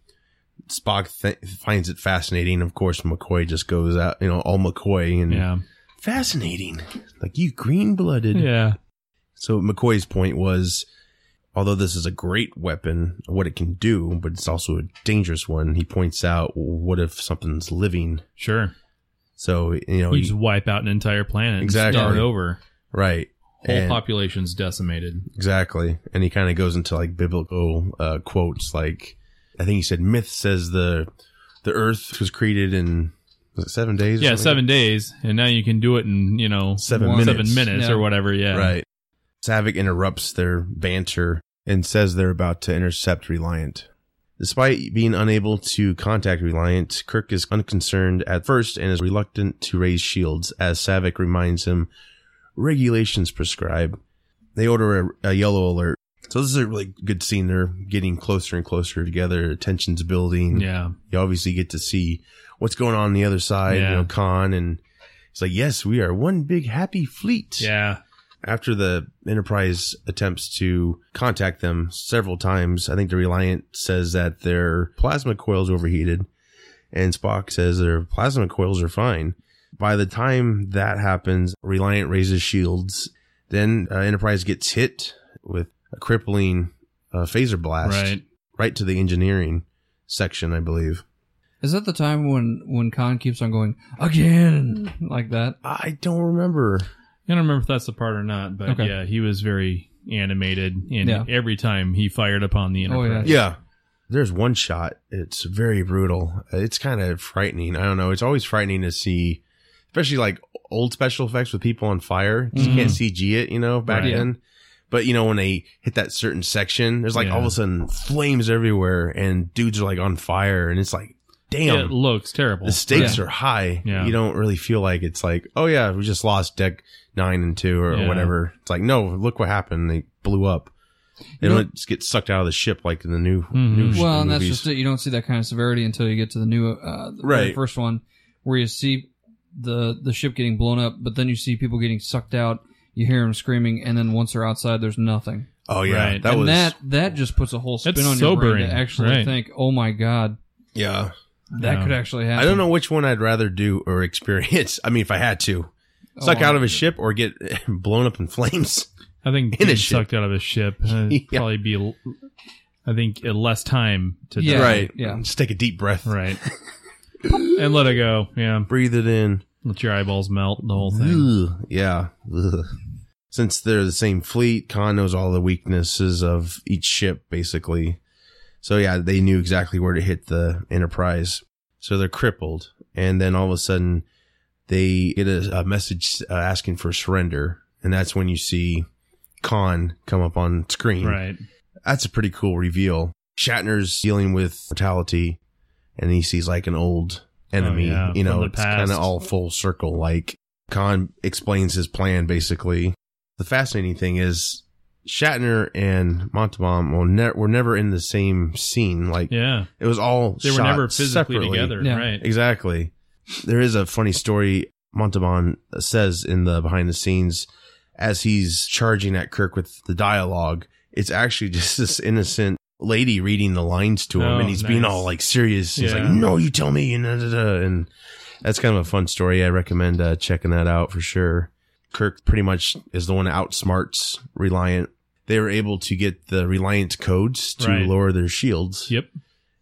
S1: Spock th- finds it fascinating. Of course, McCoy just goes out, you know, all McCoy and
S3: Yeah,
S1: fascinating. Like you green blooded.
S3: yeah.
S1: So McCoy's point was although this is a great weapon, what it can do, but it's also a dangerous one. He points out what if something's living?
S3: Sure,
S1: So, you know,
S3: you
S1: he-
S3: just wipe out an entire planet, and
S1: Exactly.
S3: start over.
S1: right.
S3: Whole
S1: And-
S3: population's decimated.
S1: Exactly. And he kind of goes into like biblical uh, quotes. Like, I think he said, myth says the the earth was created in was it seven days? or
S3: Yeah,
S1: something
S3: seven
S1: like
S3: days, and now you can do it in you know
S1: Seven
S3: one-
S1: minutes.
S3: seven minutes
S2: Yeah.
S3: or whatever. Yeah,
S1: that? Right. Savick interrupts their banter and says they're about to intercept Reliant. Despite being unable to contact Reliant, Kirk is unconcerned at first and is reluctant to raise shields as Savick reminds him regulations prescribe. They order a, a yellow alert. So this is a really good scene. They're getting closer and closer together. Tensions building.
S3: Yeah.
S1: You obviously get to see what's going on, on the other side.
S3: Yeah.
S1: You know, Khan and it's like, yes, we are one big happy fleet.
S3: Yeah.
S1: After the Enterprise attempts to contact them several times, I think the Reliant says that their plasma coils overheated, and Spock says their plasma coils are fine. By the time that happens, Reliant raises shields. Then uh, Enterprise gets hit with a crippling uh, phaser blast
S3: Right.
S1: right to the engineering section, I believe.
S2: Is that the time when when Khan keeps on going again like that?
S1: I don't remember.
S3: I don't remember if that's the part or not, but
S2: Okay.
S3: yeah, he was very animated, and
S2: Yeah.
S3: every time he fired upon the
S2: Oh, yeah.
S3: Enterprise.
S1: Yeah. There's one shot. It's very brutal. It's kind of frightening. I don't know. It's always frightening to see, especially like old special effects with people on fire. 'cause You can't CG it, you know, back
S3: Mm-hmm. Right.
S1: then. But you know, when they hit that certain section, there's like all of
S3: Yeah.
S1: a sudden flames everywhere and dudes are like on fire and it's like,
S3: It
S1: damn,
S3: looks terrible.
S1: the stakes
S2: Yeah.
S1: are high.
S3: Yeah.
S1: You don't really feel like it's like, oh yeah, we just lost deck nine and two or
S3: Yeah.
S1: whatever. It's like, no, look what happened. They blew up. They
S2: You know- Mm-hmm.
S1: don't just get sucked out of the ship like in the new,
S3: Mhm.
S1: new
S2: Well, and that's
S1: movies.
S2: just it. You don't see that kind of severity until you get to the new, uh, the very
S1: Right.
S2: first one, where you see the the ship getting blown up, but then you see people getting sucked out. You hear them screaming, and then once they're outside, there's nothing.
S1: Oh yeah,
S3: Right.
S1: that
S2: and
S1: was
S2: that that just puts a whole spin
S3: That's
S2: on your brain
S3: sobering,
S2: to actually
S3: right.
S2: think, "Oh my god,
S1: Yeah.
S2: That
S3: Yeah.
S2: could actually happen.
S1: I don't know which one I'd rather do or experience. I mean, if I had to,
S2: Oh,
S1: suck
S2: wow.
S1: out of a ship or get blown up in flames.
S3: I think
S1: In a
S3: being
S1: ship.
S3: sucked out of a ship uh,
S1: Yeah.
S3: probably be, l- I think, uh, less time to
S2: Yeah.
S3: die.
S1: right.
S2: yeah.
S1: Just take a deep breath.
S3: right, and let it go. Yeah,
S1: Breathe it in.
S3: let your eyeballs melt. The whole thing.
S1: Ugh. Yeah. Ugh. Since they're the same fleet, Khan knows all the weaknesses of each ship, basically. So yeah, they knew exactly where to hit the Enterprise. So they're crippled, and then all of a sudden, they get a, a message uh, asking for surrender, and that's when you see Khan come up on screen.
S3: Right.
S1: That's a pretty cool reveal. Shatner's dealing with mortality, and he sees like an old enemy.
S3: Oh, yeah,
S1: You
S3: from
S1: know,
S3: the
S1: it's
S3: past.
S1: kind of all full circle. Like Khan explains his plan basically. The fascinating thing is Shatner and Montalban will ne- were never in the same scene. Like
S3: Yeah,
S1: it was all
S3: they were
S1: shot
S3: never physically
S1: separately.
S3: together.
S2: Yeah.
S3: Right.
S1: Exactly. There is a funny story Montalban says in the behind the scenes as he's charging at Kirk with the dialogue. It's actually just this innocent lady reading the lines to him,
S3: Oh,
S1: and he's being
S3: nice.
S1: all like serious. He's
S3: Yeah.
S1: like, "No, you tell me," and da, da, da. and that's kind of a fun story. I recommend uh, checking that out for sure. Kirk pretty much is the one that outsmarts Reliant. They were able to get the Reliant codes to
S3: Right.
S1: lower their shields.
S3: Yep.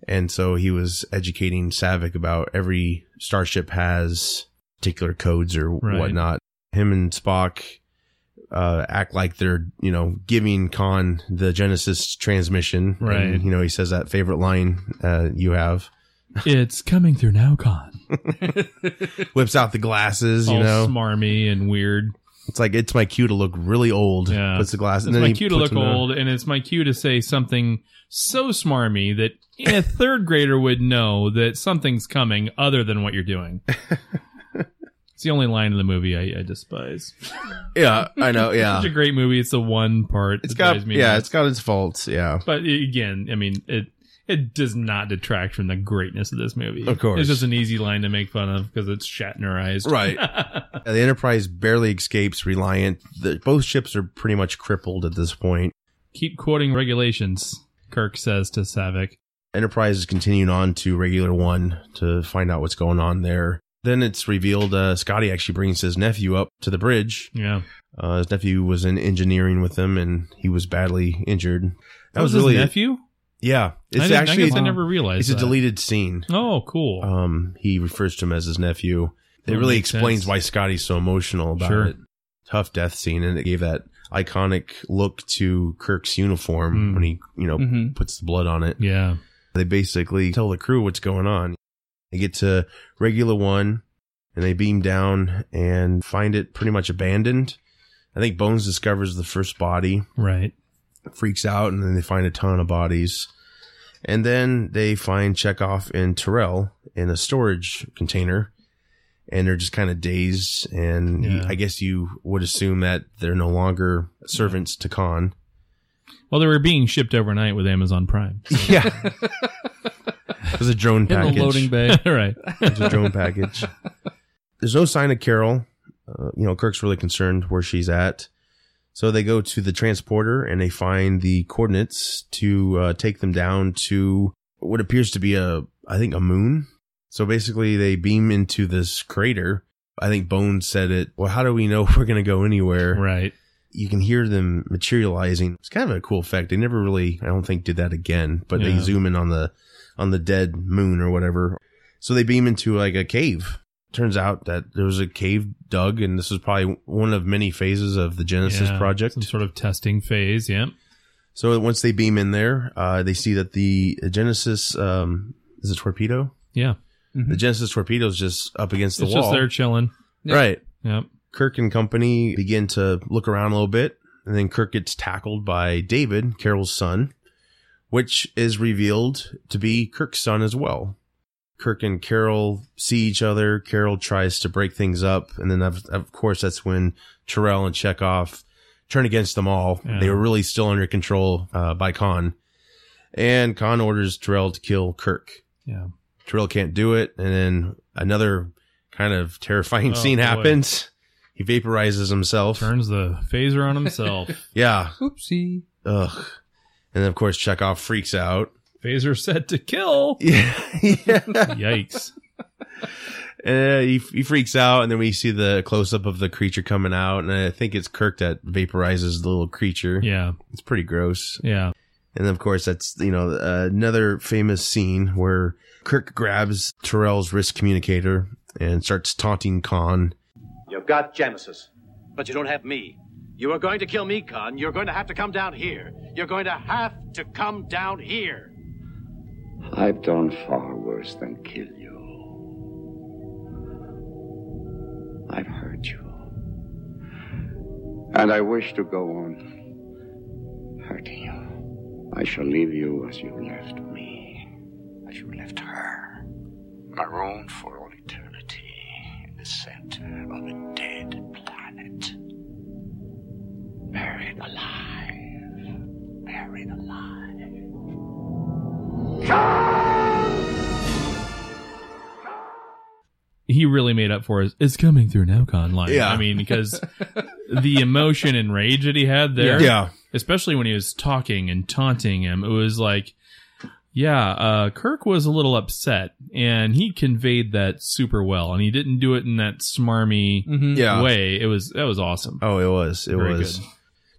S1: And so he was educating Savick about every starship has particular codes or
S3: Right.
S1: whatnot. Him and Spock uh, act like they're, you know, giving Khan the Genesis transmission. And,
S3: Right.
S1: you know, he says that favorite line uh, you have.
S3: It's coming through now, Con.
S1: Whips out the glasses,
S3: All
S1: you know.
S3: smarmy and weird.
S1: It's like, it's my cue to look really old.
S3: Yeah.
S1: Puts the glasses.
S3: It's my
S1: he
S3: cue to
S1: puts
S3: look
S1: them on.
S3: old, and it's my cue to say something so smarmy that a third grader would know that something's coming other than what you're doing. it's the only line in the movie I, I despise.
S1: Yeah, I know. Yeah.
S3: Such a great movie. It's the one part
S1: It's
S3: that
S1: got,
S3: drives me
S1: yeah,
S3: nuts.
S1: it's got its faults. Yeah.
S3: But again, I mean, it it does not detract from the greatness of this movie.
S1: Of course.
S3: it's just an easy line to make fun of because it's Shatnerized.
S1: Right. Uh, The Enterprise barely escapes Reliant. The, both ships are pretty much crippled at this point.
S3: Keep quoting regulations. Kirk says to Savick.
S1: Enterprise is continuing on to Regular One to find out what's going on there. Then it's revealed uh, Scotty actually brings his nephew up to the bridge.
S3: Yeah,
S1: Uh, his nephew was in engineering with him, and he was badly injured. That, was, really
S3: his nephew.
S1: yeah.
S3: I,
S1: It's
S3: didn't- I
S1: actually
S3: guess I never realized.
S1: it's a
S3: that.
S1: deleted scene.
S3: Oh, cool.
S1: Um, he refers to him as his nephew. It
S3: That
S1: really
S3: makes
S1: explains
S3: sense.
S1: why Scotty's so emotional about
S3: Sure.
S1: it. Tough death scene, and it gave that iconic look to Kirk's uniform
S3: Mm.
S1: when he, you know,
S2: Mhm.
S1: puts the blood on it.
S3: yeah,
S1: They basically tell the crew what's going on. They get to regular one, and they beam down and find it pretty much abandoned. I think Bones discovers the first body
S3: right.
S1: freaks out, and then they find a ton of bodies. And then they find Chekhov and Terrell in a storage container, and they're just kind of dazed. And you-
S3: Yeah.
S1: I guess you would assume that they're no longer servants to Khan.
S3: Well, they were being shipped overnight with Amazon Prime.
S1: Yeah, it was a drone
S2: In
S1: package.
S2: the loading bay.
S3: right.
S1: It was a drone package. There's no sign of Carol. Uh, you know, Kirk's really concerned where she's at. So they go to the transporter and they find the coordinates to uh, take them down to what appears to be a, I think, a moon. So basically, they beam into this crater. I think Bones said it. Well, how do we know if we're going to go anywhere?
S3: Right.
S1: You can hear them materializing. It's kind of a cool effect. They never really, I don't think, did that again. But they
S3: Yeah.
S1: zoom in on the on the dead moon or whatever. So they beam into like a cave. Turns out that there was a cave dug, and this was probably one of many phases of the Genesis
S3: Yeah.
S1: project.
S3: Some sort of testing phase. Yep.
S1: So once they beam in there, uh, they see that the Genesis um, is a torpedo.
S3: Yeah.
S1: The Genesis torpedo is just up against the
S3: it's
S1: wall.
S3: just there chilling.
S2: Yeah.
S1: Right.
S3: Yep.
S1: Kirk and company begin to look around a little bit, and then Kirk gets tackled by David, Carol's son, which is revealed to be Kirk's son as well. Kirk and Carol see each other. Carol tries to break things up, and then of, of course that's when Terrell and Chekhov turn against them all.
S3: Yeah.
S1: They were really still under control uh, by Khan, and Khan orders Terrell to kill Kirk.
S3: Yeah.
S1: Terrell can't do it, and then another kind of terrifying
S3: Oh,
S1: scene
S3: boy.
S1: happens. He vaporizes himself.
S3: Turns the phaser on himself.
S1: Yeah.
S2: Oopsie.
S1: Ugh. And then of course Chekhov freaks out.
S3: Phaser set to kill.
S1: Yeah, yeah.
S3: Yikes.
S1: Uh, he, he freaks out, and then we see the close up of the creature coming out, and I think it's Kirk that vaporizes the little creature.
S3: Yeah.
S1: It's pretty gross.
S3: Yeah.
S1: And of course, that's you know another famous scene where Kirk grabs Terrell's wrist communicator and starts taunting Khan.
S8: You've got Genesis, but you don't have me. You are going to kill me, Khan. You're going to have to come down here. You're going to have to come down here.
S9: I've done far worse than kill you. I've hurt you. And I wish to go on hurting you. I shall leave you as you left me, as you left her, marooned for all eternity in the center of a dead planet. Buried alive, buried alive.
S3: He really made up for his it's coming through now con line.
S1: Yeah.
S3: I mean, because the emotion and rage that he had there. Especially when he was talking and taunting him. It was like yeah, uh, Kirk was a little upset, and he conveyed that super well, and he didn't do it in that smarmy
S2: Mm-hmm.
S1: yeah.
S3: way. It was that was awesome.
S1: Oh, it was. It
S3: Very
S1: was.
S3: good.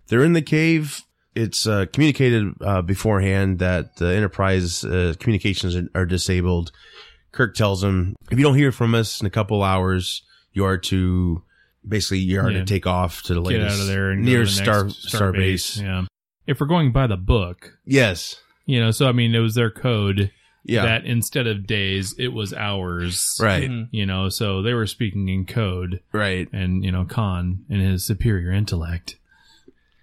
S1: They're in the cave. It's uh, communicated uh, beforehand that the Enterprise uh, communications are, are disabled. Kirk tells him, "If you don't hear from us in a couple hours, you are to basically you are
S3: Yeah.
S1: to take off to the
S3: Get
S1: latest
S3: out of there and
S1: near
S3: go to the
S1: star
S3: next
S1: star base."
S3: Yeah, if we're going by the book,
S1: Yes,
S3: you know. So I mean, it was their code
S1: yeah,
S3: that Mm-hmm. instead of days, it was hours.
S1: right,
S2: Mhm.
S3: You know, so they were speaking in code,
S1: right.
S3: and you know, Khan and his superior intellect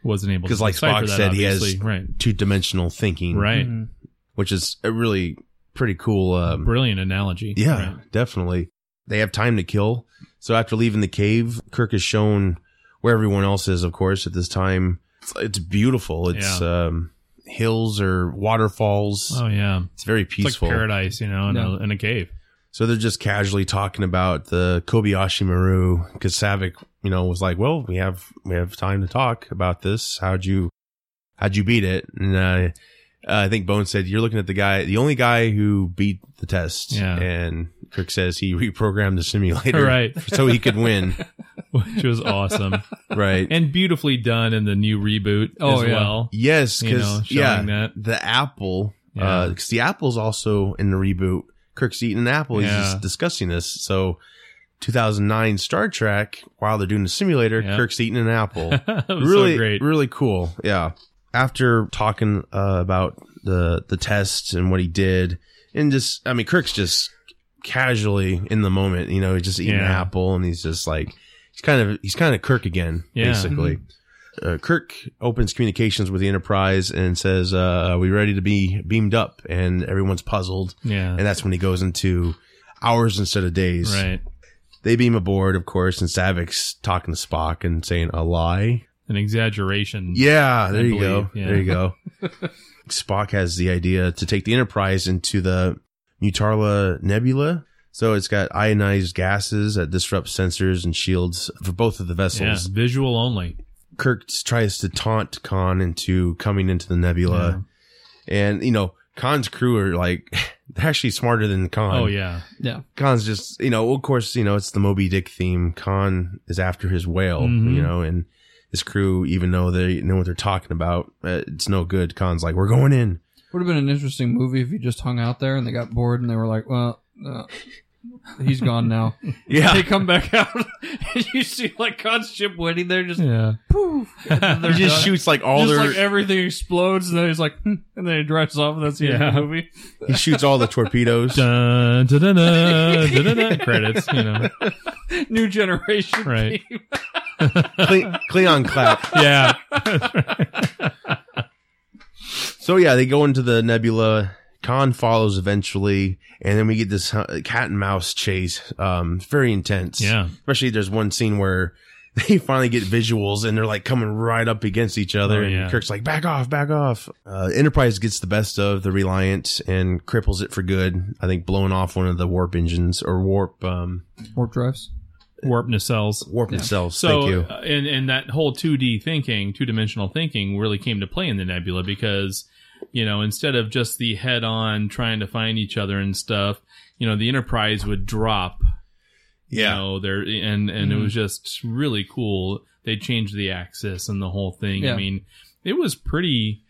S3: wasn't able to
S1: 'Cause like
S3: decipher
S1: Spock
S3: that,
S1: said, he has-
S3: obviously. right,
S1: Two dimensional thinking,
S3: right,
S2: Mhm.
S1: Which is a really pretty cool. Um,
S3: brilliant analogy.
S1: Yeah,
S3: Right.
S1: definitely. They have time to kill. So after leaving the cave, Kirk is shown where everyone else is, of course, at this time. It's, it's beautiful. It's um, hills or waterfalls.
S3: Oh yeah,
S1: it's very
S3: it's
S1: peaceful.
S3: like paradise, you know, in,
S2: Yeah.
S3: a, in a cave.
S1: so they're just casually talking about the Kobayashi Maru because Savick, you know, was like, "Well, we have we have time to talk about this. How'd you how'd you beat it?" And uh, I think Bone said, "You're looking at the guy, the only guy who beat the test."
S3: Yeah.
S1: And Kirk says he reprogrammed the simulator
S3: Right,
S1: so he could win.
S3: which was awesome
S1: right.
S3: and beautifully done in the new reboot
S2: Oh,
S3: as
S2: yeah.
S3: well.
S1: Yes,
S3: You know,
S1: because
S3: showing
S1: yeah,
S3: that.
S1: the apple.
S3: Yeah.
S1: Because the apple's also in the reboot. Kirk's eating an apple. He's
S3: Yeah.
S1: just discussing this. So, 2009 Star Trek. While they're doing the simulator,
S3: Yeah.
S1: Kirk's eating an apple.
S3: that was
S1: really
S3: so great.
S1: really cool yeah after talking uh, about the the test and what he did and just i mean kirk's just casually in the moment you know he's just eating an
S3: Yeah.
S1: apple and he's just like he's kind of he's kind of kirk again
S3: Yeah. Mm-hmm.
S1: basically Uh, Kirk opens communications with the Enterprise and says, uh, "Are we ready to be beamed up?" And everyone's puzzled,
S3: yeah,
S1: and that's when he goes into hours instead of days.
S3: right.
S1: They beam aboard, of course, and Savik's talking to Spock and saying, "A lie."
S3: An exaggeration.
S1: Yeah, there you go.
S3: believe, yeah.
S1: There you go. Spock has the idea to take the Enterprise into the Mutarla Nebula. So it's got ionized gases that disrupt sensors and shields for both of the
S3: Yeah,
S1: vessels.
S3: visual only.
S1: Kirk tries to taunt Khan into coming into the nebula. And, you know, Khan's crew are like, they're actually smarter than Khan.
S3: Oh yeah,
S2: Yeah.
S1: Khan's just, you know, of course, you know, it's the Moby Dick theme. Khan is after his whale,
S3: Mhm.
S1: you know, and his crew, even though they know what they're talking about, uh, it's no good. Khan's like, we're going in.
S2: Would have been an interesting movie if you just hung out there and they got bored and they were like, well, uh, he's gone now. They come back out and you see like Khan's ship waiting there, just
S3: yeah.
S2: poof. And then
S1: He
S2: they're
S1: just
S2: done.
S1: shoots like all
S2: Just
S1: their,
S2: like everything explodes, and then he's like, hmm, and then he drives off, and that's the end of the
S3: Yeah.
S2: movie.
S1: he shoots all the torpedoes.
S3: Dun, dun, dun, dun, dun, dun, dun. Credits. You know.
S2: New generation.
S3: Right.
S2: theme.
S1: Cle- Cleon clap.
S3: Yeah.
S1: So yeah, they go into the nebula. Khan follows eventually, and then we get this uh, cat and mouse chase. Um, it's very intense.
S3: Yeah.
S1: especially there's one scene where they finally get visuals and they're like coming right up against each other
S3: Oh,
S1: and
S3: yeah.
S1: kirk's like back off back off uh, enterprise gets the best of the reliant and cripples it for good i think blowing off one of the warp engines or warp um
S2: Warp drives.
S3: Warp nacelles.
S1: warp itself
S3: So,
S1: thank you
S3: uh, and and that whole 2D thinking, two dimensional thinking, really came to play in the Nebula because you know, instead of just the head on trying to find each other and stuff, you know, the Enterprise would drop.
S1: Yeah.
S3: You know, there and and
S2: Mm-hmm.
S3: it was just really cool. They changed the axis and the whole thing. I
S2: Yeah.
S3: mean, it was pretty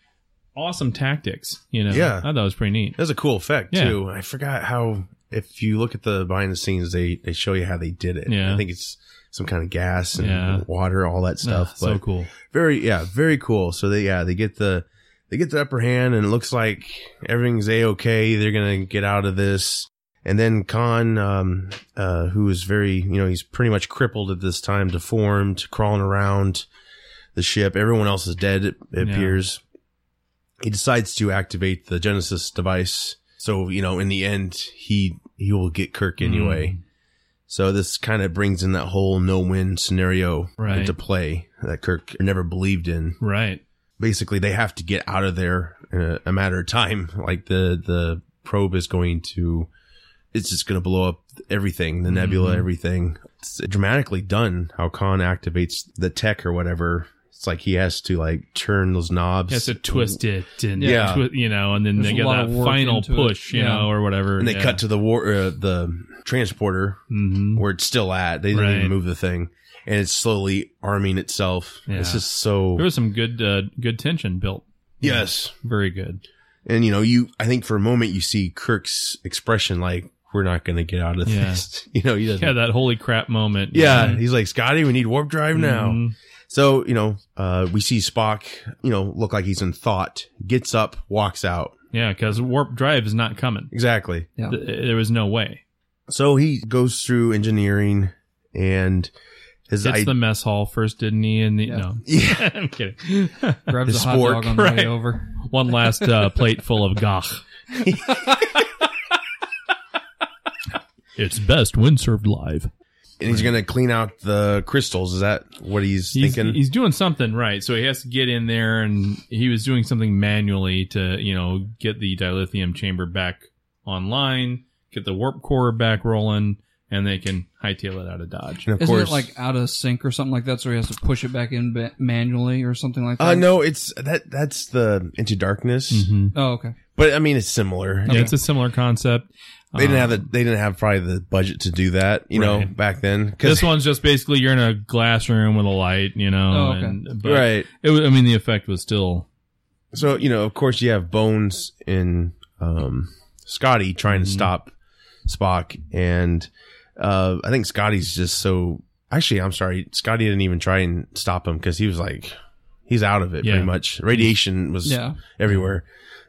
S3: awesome tactics. You know,
S1: Yeah.
S3: I thought it was pretty neat.
S1: That's a cool effect
S3: Yeah.
S1: too. I forgot how. If you look at the behind the scenes, they they show you how they did it.
S3: Yeah.
S1: I think it's some kind of gas and
S3: Yeah.
S1: water, all that stuff.
S3: Ah, so
S1: but
S3: cool.
S1: very yeah, very cool. So they yeah they get the they get the upper hand, and it looks like everything's a okay. They're gonna get out of this. And then Khan, um, uh, who is very you know he's pretty much crippled at this time, deformed, crawling around the ship. Everyone else is dead. It, it
S3: Yeah.
S1: appears. He decides to activate the Genesis device. So you know, in the end, he he will get Kirk anyway. So this kind of brings in that whole no-win scenario
S3: Right.
S1: into play that Kirk never believed in.
S3: Right.
S1: Basically, they have to get out of there in a, a matter of time. Like the the probe is going to, it's just going to blow up everything, the nebula,
S3: Mhm.
S1: everything. It's dramatically done. How Khan activates the tech or whatever. It's like he has to like turn those knobs.
S3: He has to twist it and
S1: Yeah.
S3: twi- you know, and then
S2: There's
S3: they
S2: a
S3: get
S2: lot
S3: that
S2: of work
S3: final
S2: into it.
S3: push, you
S2: Yeah.
S3: know, or whatever.
S1: and they
S3: yeah.
S1: cut to the war uh, the transporter
S3: Mhm.
S1: where it's still at. They didn't
S3: Right.
S1: even move the thing, and it's slowly arming itself. It's
S3: Yeah.
S1: just so
S3: There was some good uh, good tension built.
S1: yes,
S3: Very good.
S1: and you know, you I think for a moment you see Kirk's expression like we're not going to get out of
S3: Yeah.
S1: this. You know, he doesn't.
S3: Yeah, that holy crap moment.
S1: yeah, he's like Scotty, we need warp drive now.
S3: Mhm.
S1: So you know, uh, we see Spock, you know, look like he's in thought, gets up, walks out.
S3: Yeah, because warp drive is not coming.
S1: Exactly.
S2: Yeah.
S3: Th- uh, There was no way.
S1: So he goes through engineering and his
S3: It's
S1: I-
S3: the mess hall first, didn't he? And the,
S2: Yeah.
S3: no,
S1: yeah.
S3: I'm kidding.
S2: Grabs
S1: The
S2: a hot
S1: spork,
S2: dog on the
S3: right.
S2: way over.
S3: One last uh, plate full of gach. it's best when served live.
S1: and he's gonna clean out the crystals. Is that what he's,
S3: He's,
S1: thinking?
S3: he's doing something right, so he has to get in there, and he was doing something manually to, you know, get the dilithium chamber back online, get the warp core back rolling, and they can hightail it out of Dodge.
S1: and of
S2: Isn't
S1: course,
S2: it like out of sync or something like that? So he has to push it back in ba- manually or something like that.
S1: uh, no, it's that that's the Into Darkness,
S3: Mhm.
S2: Oh, okay.
S1: but I mean it's similar.
S3: Yeah, it's a similar concept.
S1: They didn't have
S3: Um,
S1: the they didn't have probably the budget to do that, you know,
S3: Right.
S1: back then.
S3: This one's just basically you're in a glass room with a light, you know.
S2: Oh, okay.
S3: and, but
S1: right?
S3: It was, I mean, the effect was still
S1: So you know, of course, you have Bones and um, Scotty trying to
S3: Mhm.
S1: stop Spock, and uh, I think Scotty's just so. Actually, I'm sorry, Scotty didn't even try and stop him because he was like, he's out of it
S3: Yeah.
S1: pretty much. Radiation was
S2: Yeah.
S1: everywhere.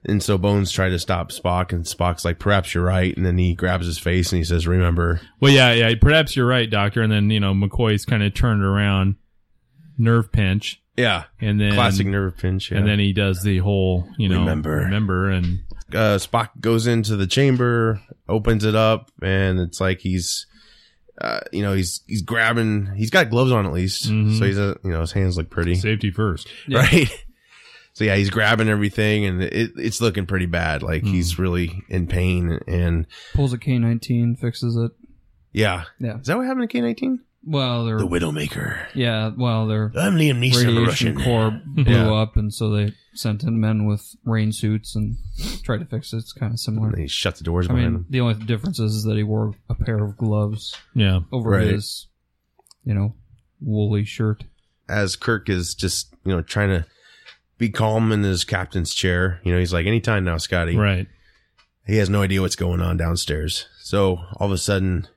S1: And so Bones tried to stop Spock, and Spock's like, "Perhaps you're right." And then he grabs his face and he says, "Remember."
S3: well. Yeah, yeah. Perhaps you're right, Doctor. And then you know McCoy's kind of turned around, nerve pinch,
S1: Yeah,
S3: and then
S1: classic nerve pinch.
S3: And then he does the whole you know
S1: Remember.
S3: remember, and
S1: uh, Spock goes into the chamber, opens it up, and it's like he's, uh, you know, he's he's grabbing. He's got gloves on at least,
S3: Mhm.
S1: so he's a, you know his hands look pretty,
S3: safety first.
S2: Yeah.
S1: right? So yeah, he's grabbing everything, and it, it's looking pretty bad. Like he's
S3: Mm-hmm.
S1: really in pain, and
S2: Pulls a K nineteen, fixes it.
S1: yeah,
S2: Yeah.
S1: is that what happened to K nineteen?
S2: Well, they're
S1: The Widowmaker.
S2: yeah. Well, they're
S1: I'm Liam Neeson, I'm a
S2: radiation
S1: Russian.
S2: core blew
S1: Yeah.
S2: up, and so they sent in men with rain suits and tried to fix it. It's kind of similar.
S1: And he shuts the doors
S2: I
S1: behind
S2: mean,
S1: him.
S2: the only difference is that he wore a pair of gloves
S3: Yeah,
S2: over
S1: Right.
S2: his, you know, woolly shirt.
S1: as Kirk is just, you know, trying to be calm in his captain's chair. You know, he's like, anytime now, Scotty.
S3: right.
S1: He has no idea what's going on downstairs. So all of a sudden,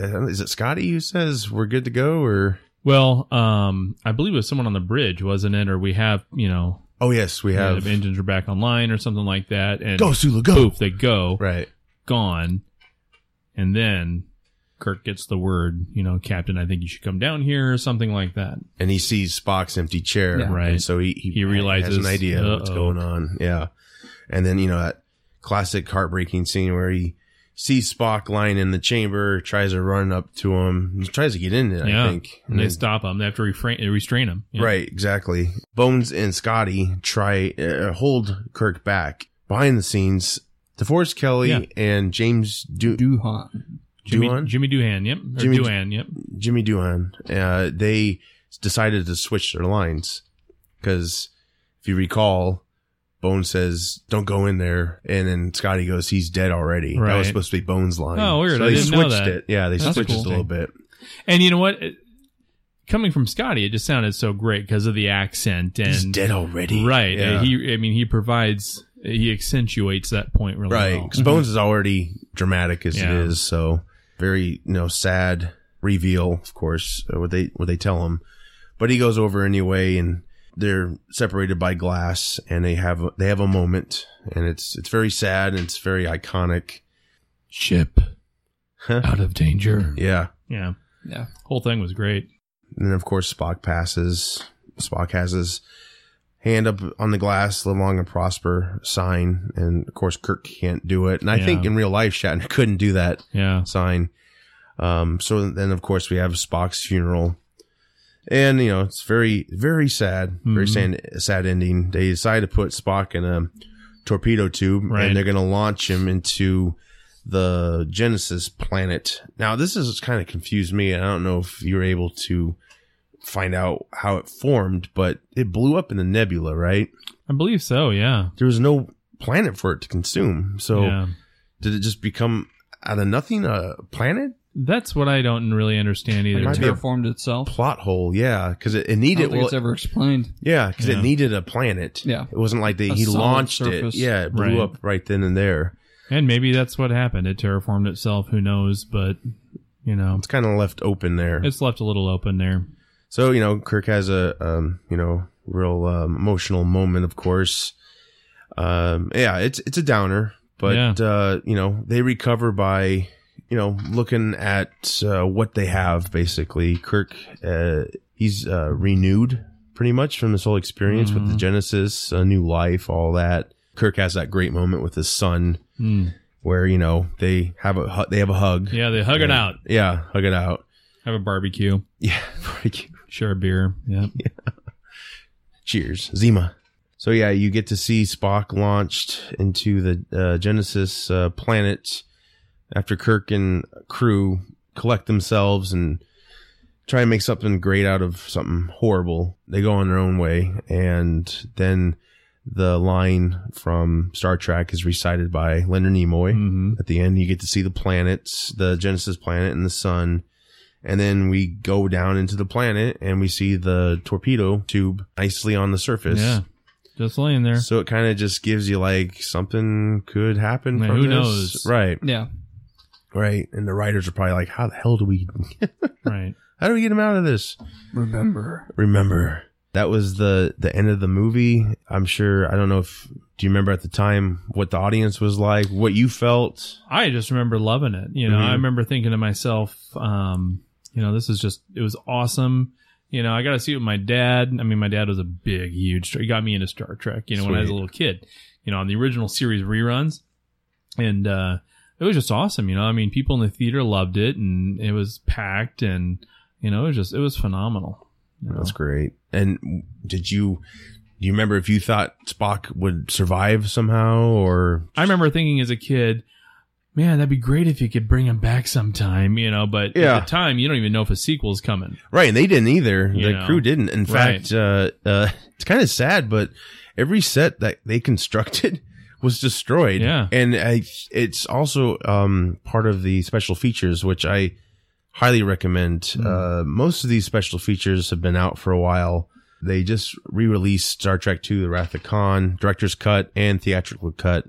S1: uh, is it Scotty who says we're good to go or?
S3: Well, um, I believe it was someone on the bridge, wasn't it? Or we have you know
S1: Oh, yes, we have.
S3: the engines are back online or something like that, and
S1: Go, Sula, go.
S3: poof, they go.
S1: Right.
S3: gone. And then Kirk gets the word, you know, Captain, I think you should come down here or something like that.
S1: And he sees Spock's empty chair.
S2: Yeah.
S3: Right.
S1: And so he, he,
S3: He
S1: has
S3: realizes,
S1: an idea of what's
S3: uh-oh.
S1: going on. Yeah. And then, you know, that classic heartbreaking scene where he sees Spock lying in the chamber, tries to run up to him, he tries to get in it,
S3: yeah.
S1: I think.
S3: And they
S1: then-
S3: stop him. They have to refrain, restrain him. Yeah.
S1: Right, exactly. Bones and Scotty try uh, hold Kirk back behind the scenes. DeForest Kelly
S3: Yeah.
S1: and James du-
S2: Duhan.
S3: Jimmy,
S1: Doohan?
S3: Jimmy Doohan. Yep. Or
S1: Jimmy-
S3: Doohan. Yep.
S1: Jimmy Doohan, uh, they decided to switch their lines because if you recall, Bones says, "Don't go in there," and then Scotty goes, "He's dead already." That
S3: Right.
S1: was supposed to be Bones' line.
S3: Oh, weird.
S1: So
S3: I
S1: they
S3: didn't know
S1: switched
S3: that.
S1: it. Yeah, they
S3: That's
S1: switched
S3: cool.
S1: it a little bit.
S3: And you know what? It- Coming from Scotty, it just sounded so great because of the accent and
S1: He's dead already.
S3: Right.
S1: Yeah.
S3: Uh, He, I mean, he provides, he accentuates that point really
S1: right.
S3: well.
S1: Because Bones is already dramatic as
S3: Yeah.
S1: it is, so very you know sad reveal, of course, uh, what they what they tell him. But he goes over anyway, and they're separated by glass, and they have they have a moment, and it's it's very sad and it's very iconic.
S3: Ship out of danger.
S1: Yeah.
S3: Yeah.
S2: Yeah.
S3: Whole thing was great.
S1: And then, of course, Spock passes. Spock has his hand up on the glass, live long and prosper sign. And, of course, Kirk can't do it. And I think
S3: Yeah.
S1: in real life, Shatner couldn't do that
S3: Yeah.
S1: sign. Um, so then, of course, we have Spock's funeral. And, you know, it's very, very sad, very
S3: Mm-hmm.
S1: sad, sad ending. They decide to put Spock in a torpedo tube
S3: Right.
S1: and they're going to launch him into the Genesis planet. Now, this is kind of confused me. and I don't know if you were able to find out how it formed, but it blew up in the nebula, right?
S3: I believe so. Yeah.
S1: There was no planet for it to consume. So
S3: yeah.
S1: did it just become out of nothing a planet?
S3: That's what I don't really understand either.
S1: might be a-
S2: Terraformed itself.
S1: plot hole. Yeah, because it, it
S2: I don't
S1: needed.
S2: think
S1: Well,
S2: it's ever explained.
S1: yeah, because
S3: Yeah.
S1: it needed a planet.
S2: Yeah.
S1: it wasn't like they,
S2: A
S1: he
S2: solid
S1: launched
S2: surface.
S1: it. Yeah, it blew
S3: Right.
S1: up right then and there.
S3: and maybe that's what happened. It terraformed itself. Who knows? But, you know,
S1: It's kind of left open there.
S3: it's left a little open there.
S1: so you know, Kirk has a um, you know real um, emotional moment. Of course, um, yeah, it's it's a downer, but
S3: Yeah.
S1: uh, you know they recover by you know looking at uh, what they have basically. Kirk, uh, he's uh, renewed pretty much from this whole experience with
S3: Mm-hmm.
S1: the Genesis, a new life, all that. Kirk has that great moment with his son
S3: Mm.
S1: where you know they have a hu- they have a hug.
S3: Yeah. They hug it out,
S1: yeah, hug it out.
S3: have a barbecue,
S1: Yeah, pretty cute.
S3: share a beer. Yeah.
S1: Cheers, Zima. So yeah, you get to see Spock launched into the uh, Genesis uh, planet after Kirk and crew collect themselves and try and make something great out of something horrible. They go on their own way, and then the line from Star Trek is recited by Leonard Nimoy.
S3: hmm
S1: At the end, you get to see the planets, the Genesis planet and the sun. And then we go down into the planet and we see the torpedo tube nicely on the surface.
S3: Yeah. Just laying there.
S1: So it kind of just gives you like something could happen.
S3: Yeah,
S1: from
S3: who
S1: this.
S3: knows?
S1: Right.
S2: Yeah.
S1: Right. And the writers are probably like, how the hell do we,
S3: right.
S1: how do we get him out of this?
S2: Remember.
S1: Remember that was the, the end of the movie. I'm sure. I don't know if, do you remember at the time what the audience was like, what you felt?
S3: I just remember loving it. You know,
S1: Mm-hmm.
S3: I remember thinking to myself, um, you know, this is just, it was awesome. You know, I got to see it with my dad. I mean, my dad was a big, huge, he got me into Star Trek, you know, when I was a
S1: Sweet.
S3: little kid, you know, on the original series reruns. And, uh, it was just awesome. You know, I mean, people in the theater loved it and it was packed and, you know, it was just, it was phenomenal. you know.
S1: That's great. And did you do you remember if you thought Spock would survive somehow or
S3: I remember thinking as a kid, man, that'd be great if you could bring him back sometime, you know, but
S1: Yeah.
S3: at the time, you don't even know if a sequel's coming.
S1: right? And they didn't either.
S3: You
S1: the
S3: know.
S1: crew didn't. In
S3: Right.
S1: fact, uh, uh, it's kind of sad, but every set that they constructed was destroyed.
S3: Yeah.
S1: and I, it's also um, part of the special features, which I highly recommend.
S3: Hmm.
S1: Uh, most of these special features have been out for a while. They just re-released Star Trek II: The Wrath of Khan, director's cut and theatrical cut.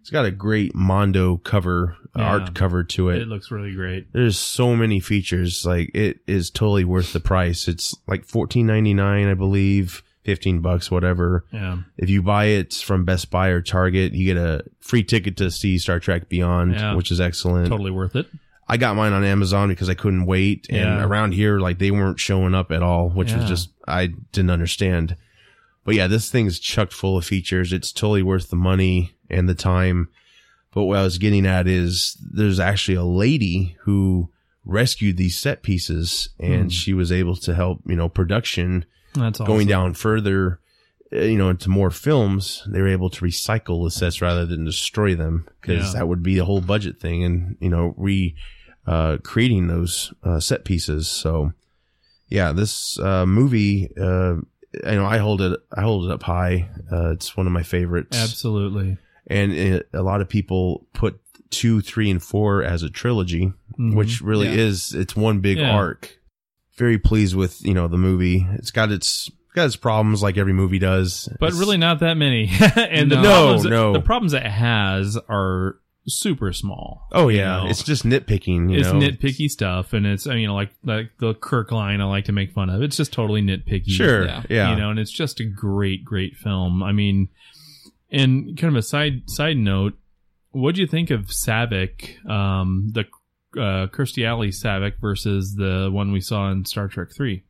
S1: It's got a great Mondo cover,
S3: Yeah.
S1: art cover to it
S3: It looks really great.
S1: there's so many features like it is totally worth the price it's like 14.99 i believe 15 bucks whatever
S3: Yeah.
S1: if you buy it from best buy or target you get a free ticket to see star trek beyond
S3: Yeah.
S1: which is excellent
S3: Totally worth it.
S1: i got mine on amazon because i couldn't wait and
S3: Yeah.
S1: around here like they weren't showing up at all which
S3: Yeah.
S1: was just i didn't understand but yeah this thing's chucked full of features it's totally worth the money and the time but what I was getting at is there's actually a lady who rescued these set pieces and
S3: Hmm.
S1: she was able to help, you know, production
S3: That's awesome.
S1: going down further, uh, you know, into more films. They were able to recycle the sets rather than destroy them because
S3: Yeah.
S1: that would be the whole budget thing and, you know, re uh, creating those uh, set pieces. So yeah, this uh, movie uh, you know, I hold it, I hold it up high. Uh, it's one of my favorites,
S3: Absolutely.
S1: and it, a lot of people put two, three, and four as a trilogy,
S3: Mhm.
S1: which really
S2: Yeah.
S1: is it's one big
S3: Yeah.
S1: arc. Very pleased with you know the movie. It's got its got its problems like every movie does,
S3: but
S1: It's-
S3: really not that many. and
S1: No,
S3: the problems,
S1: no.
S3: the problems it has are super small.
S1: Oh yeah,
S3: You know?
S1: it's just nitpicking. You
S3: it's
S1: know?
S3: nitpicky stuff, and it's you know like like the Kirk line I like to make fun of. It's just totally nitpicky.
S1: Sure,
S2: Yeah.
S1: yeah.
S3: you know, and it's just a great, great film. I mean, and kind of a side side note, what do you think of Savick, um, the uh, Kirstie Alley Savick versus the one we saw in Star Trek Three?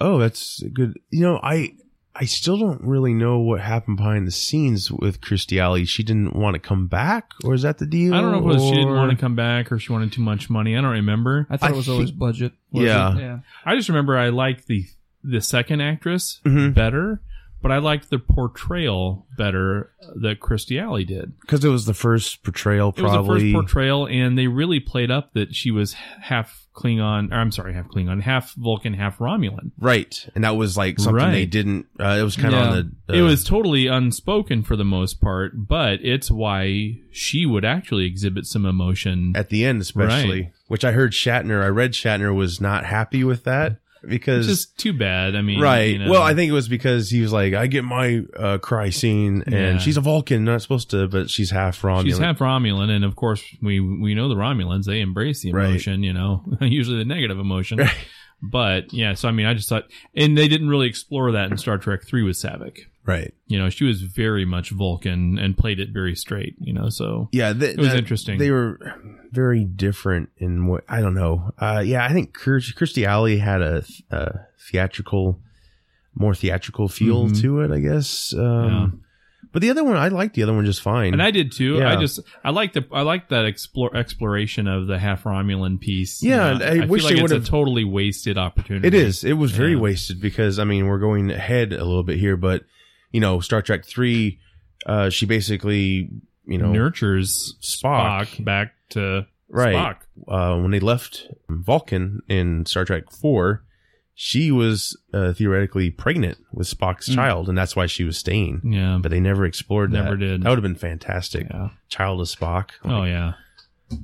S1: Oh, that's good. You know, I I still don't really know what happened behind the scenes with Christy Alley. She didn't want to come back, or is that the deal?
S3: I don't know if it was she didn't
S1: Or-
S3: want to come back or she wanted too much money. I don't remember.
S2: I thought
S1: I
S2: it was always
S1: think-
S2: budget. was it?
S1: Yeah.
S2: yeah.
S3: I just remember I liked the the second actress
S1: Mhm.
S3: better, but I liked the portrayal better that Christy Alley did.
S1: because it was the first portrayal,
S3: It was the
S1: probably.
S3: first portrayal, and they really played up that she was half Klingon, or I'm sorry, half Klingon, half Vulcan, half Romulan.
S1: right, and that was like something they
S3: Right.
S1: didn't. Uh, it was kind of on the.
S3: it
S1: uh,
S3: was totally unspoken for the most part, but it's why she would actually exhibit some emotion.
S1: at the end, especially, which I heard Shatner. I read Shatner was not happy with that
S3: It's
S1: because
S3: just too bad. I mean,
S1: Right.
S3: you know.
S1: Well, I think it was because he was like, I get my uh, cry scene, and
S3: Yeah.
S1: she's a Vulcan, not supposed to, but she's half Romulan.
S3: She's half Romulan, and of course we we know the Romulans. They embrace the
S1: Right.
S3: emotion, you know, usually the negative emotion. But yeah, so I mean, I just thought, and they didn't really explore that in Star Trek Three with Savick.
S1: Right.
S3: You know, she was very much Vulcan and played it very straight. You know, so
S1: Yeah. th-
S3: It was
S1: that-
S3: interesting.
S1: They were very different in what I don't know. Uh, yeah, I think Kirstie Kirstie Alley had a, th- a theatrical, more theatrical feel
S3: Mhm.
S1: to it, I guess. Um, But the other one, I liked the other one just fine.
S3: and I did too.
S1: Yeah.
S3: I just I like the I like that explore exploration of the half Romulan piece.
S1: Yeah, and I wish
S3: feel like
S1: they
S3: it's a
S1: would've-
S3: totally wasted opportunity.
S1: It is. It was very
S3: Mm-hmm. Yeah.
S1: wasted because I mean we're going ahead a little bit here, but you know Star Trek three, uh, she basically you know
S3: nurtures Spock,
S1: Spock.
S3: back to
S1: Right.
S3: Spock.
S1: uh, when they left Vulcan in Star Trek four, she was uh, theoretically pregnant with Spock's child, and that's why she was staying.
S3: Yeah,
S1: But they never explored that.
S3: Mm. Never did.
S1: That would have been fantastic.
S3: yeah.
S1: Child of Spock.
S3: Oh yeah.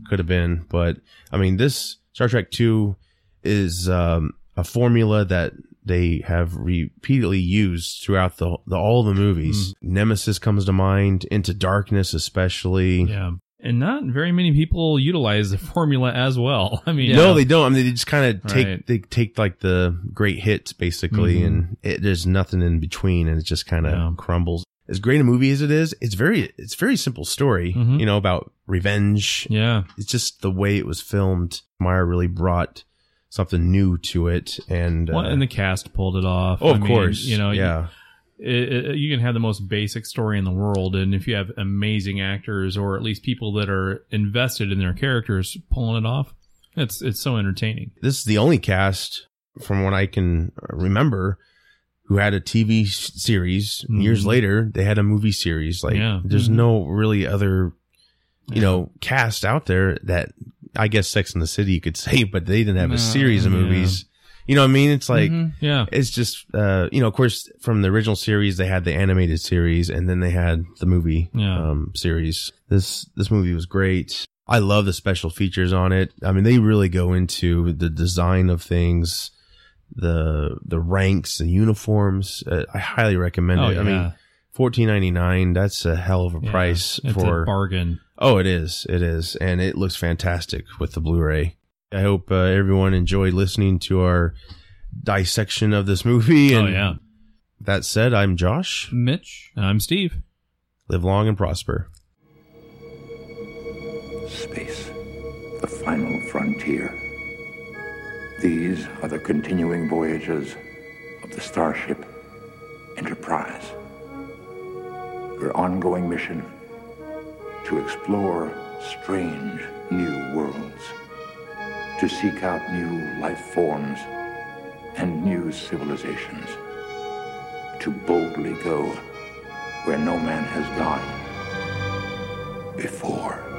S1: could have been but i mean this star trek 2 is um, a formula that they have repeatedly used throughout the, the all the movies
S3: Mm-hmm.
S1: nemesis comes to mind into darkness especially
S3: Yeah. And not very many people utilize the formula as well. I mean,
S1: no they don't i mean they just kind of take
S3: Right.
S1: they take like the great hits basically
S3: Mhm.
S1: and it, there's nothing in between and it just kind of
S3: Yeah.
S1: crumbles as great a movie as it is it's very it's very simple story
S3: Mhm.
S1: you know about revenge
S3: Yeah.
S1: it's just the way it was filmed. Meyer really brought something new to it, and
S3: Well,
S1: uh,
S3: and the cast pulled it off.
S1: oh,
S3: I
S1: of
S3: mean,
S1: course,
S3: You know,
S1: yeah,
S3: it, it- you can have the most basic story in the world, and if you have amazing actors or at least people that are invested in their characters pulling it off, it's it's so entertaining.
S1: this is the only cast from what I can remember who had a TV s- series.
S3: Mhm.
S1: Years later, they had a movie series. Like,
S3: Yeah. Mm-hmm.
S1: there's no really other, you know, cast out there that I guess Sex in the City you could say, but they didn't have
S2: No,
S1: a series of
S3: yeah.
S1: movies. You know what I mean? It's like.
S2: Mhm.
S3: Yeah.
S1: It's just, uh, you know, of course, from the original series, they had the animated series, and then they had the movie
S3: Yeah.
S1: um, series. This this movie was great. I love the special features on it. I mean, they really go into the design of things, the the ranks, the uniforms. Uh, I highly recommend
S3: Oh,
S1: it.
S3: yeah.
S1: I mean, fourteen ninety nine. That's a hell of a
S3: Yeah.
S1: price
S3: It's
S1: for
S3: a bargain.
S1: Oh, it is. It is. And it looks fantastic with the Blu ray. I hope uh, everyone enjoyed listening to our dissection of this movie. And
S3: oh yeah.
S1: that said, I'm Josh.
S2: Mitch.
S3: I'm Steve.
S1: Live long and prosper.
S9: Space, the final frontier. These are the continuing voyages of the starship Enterprise. Her ongoing mission to explore strange new worlds, to seek out new life forms and new civilizations, to boldly go where no man has gone before.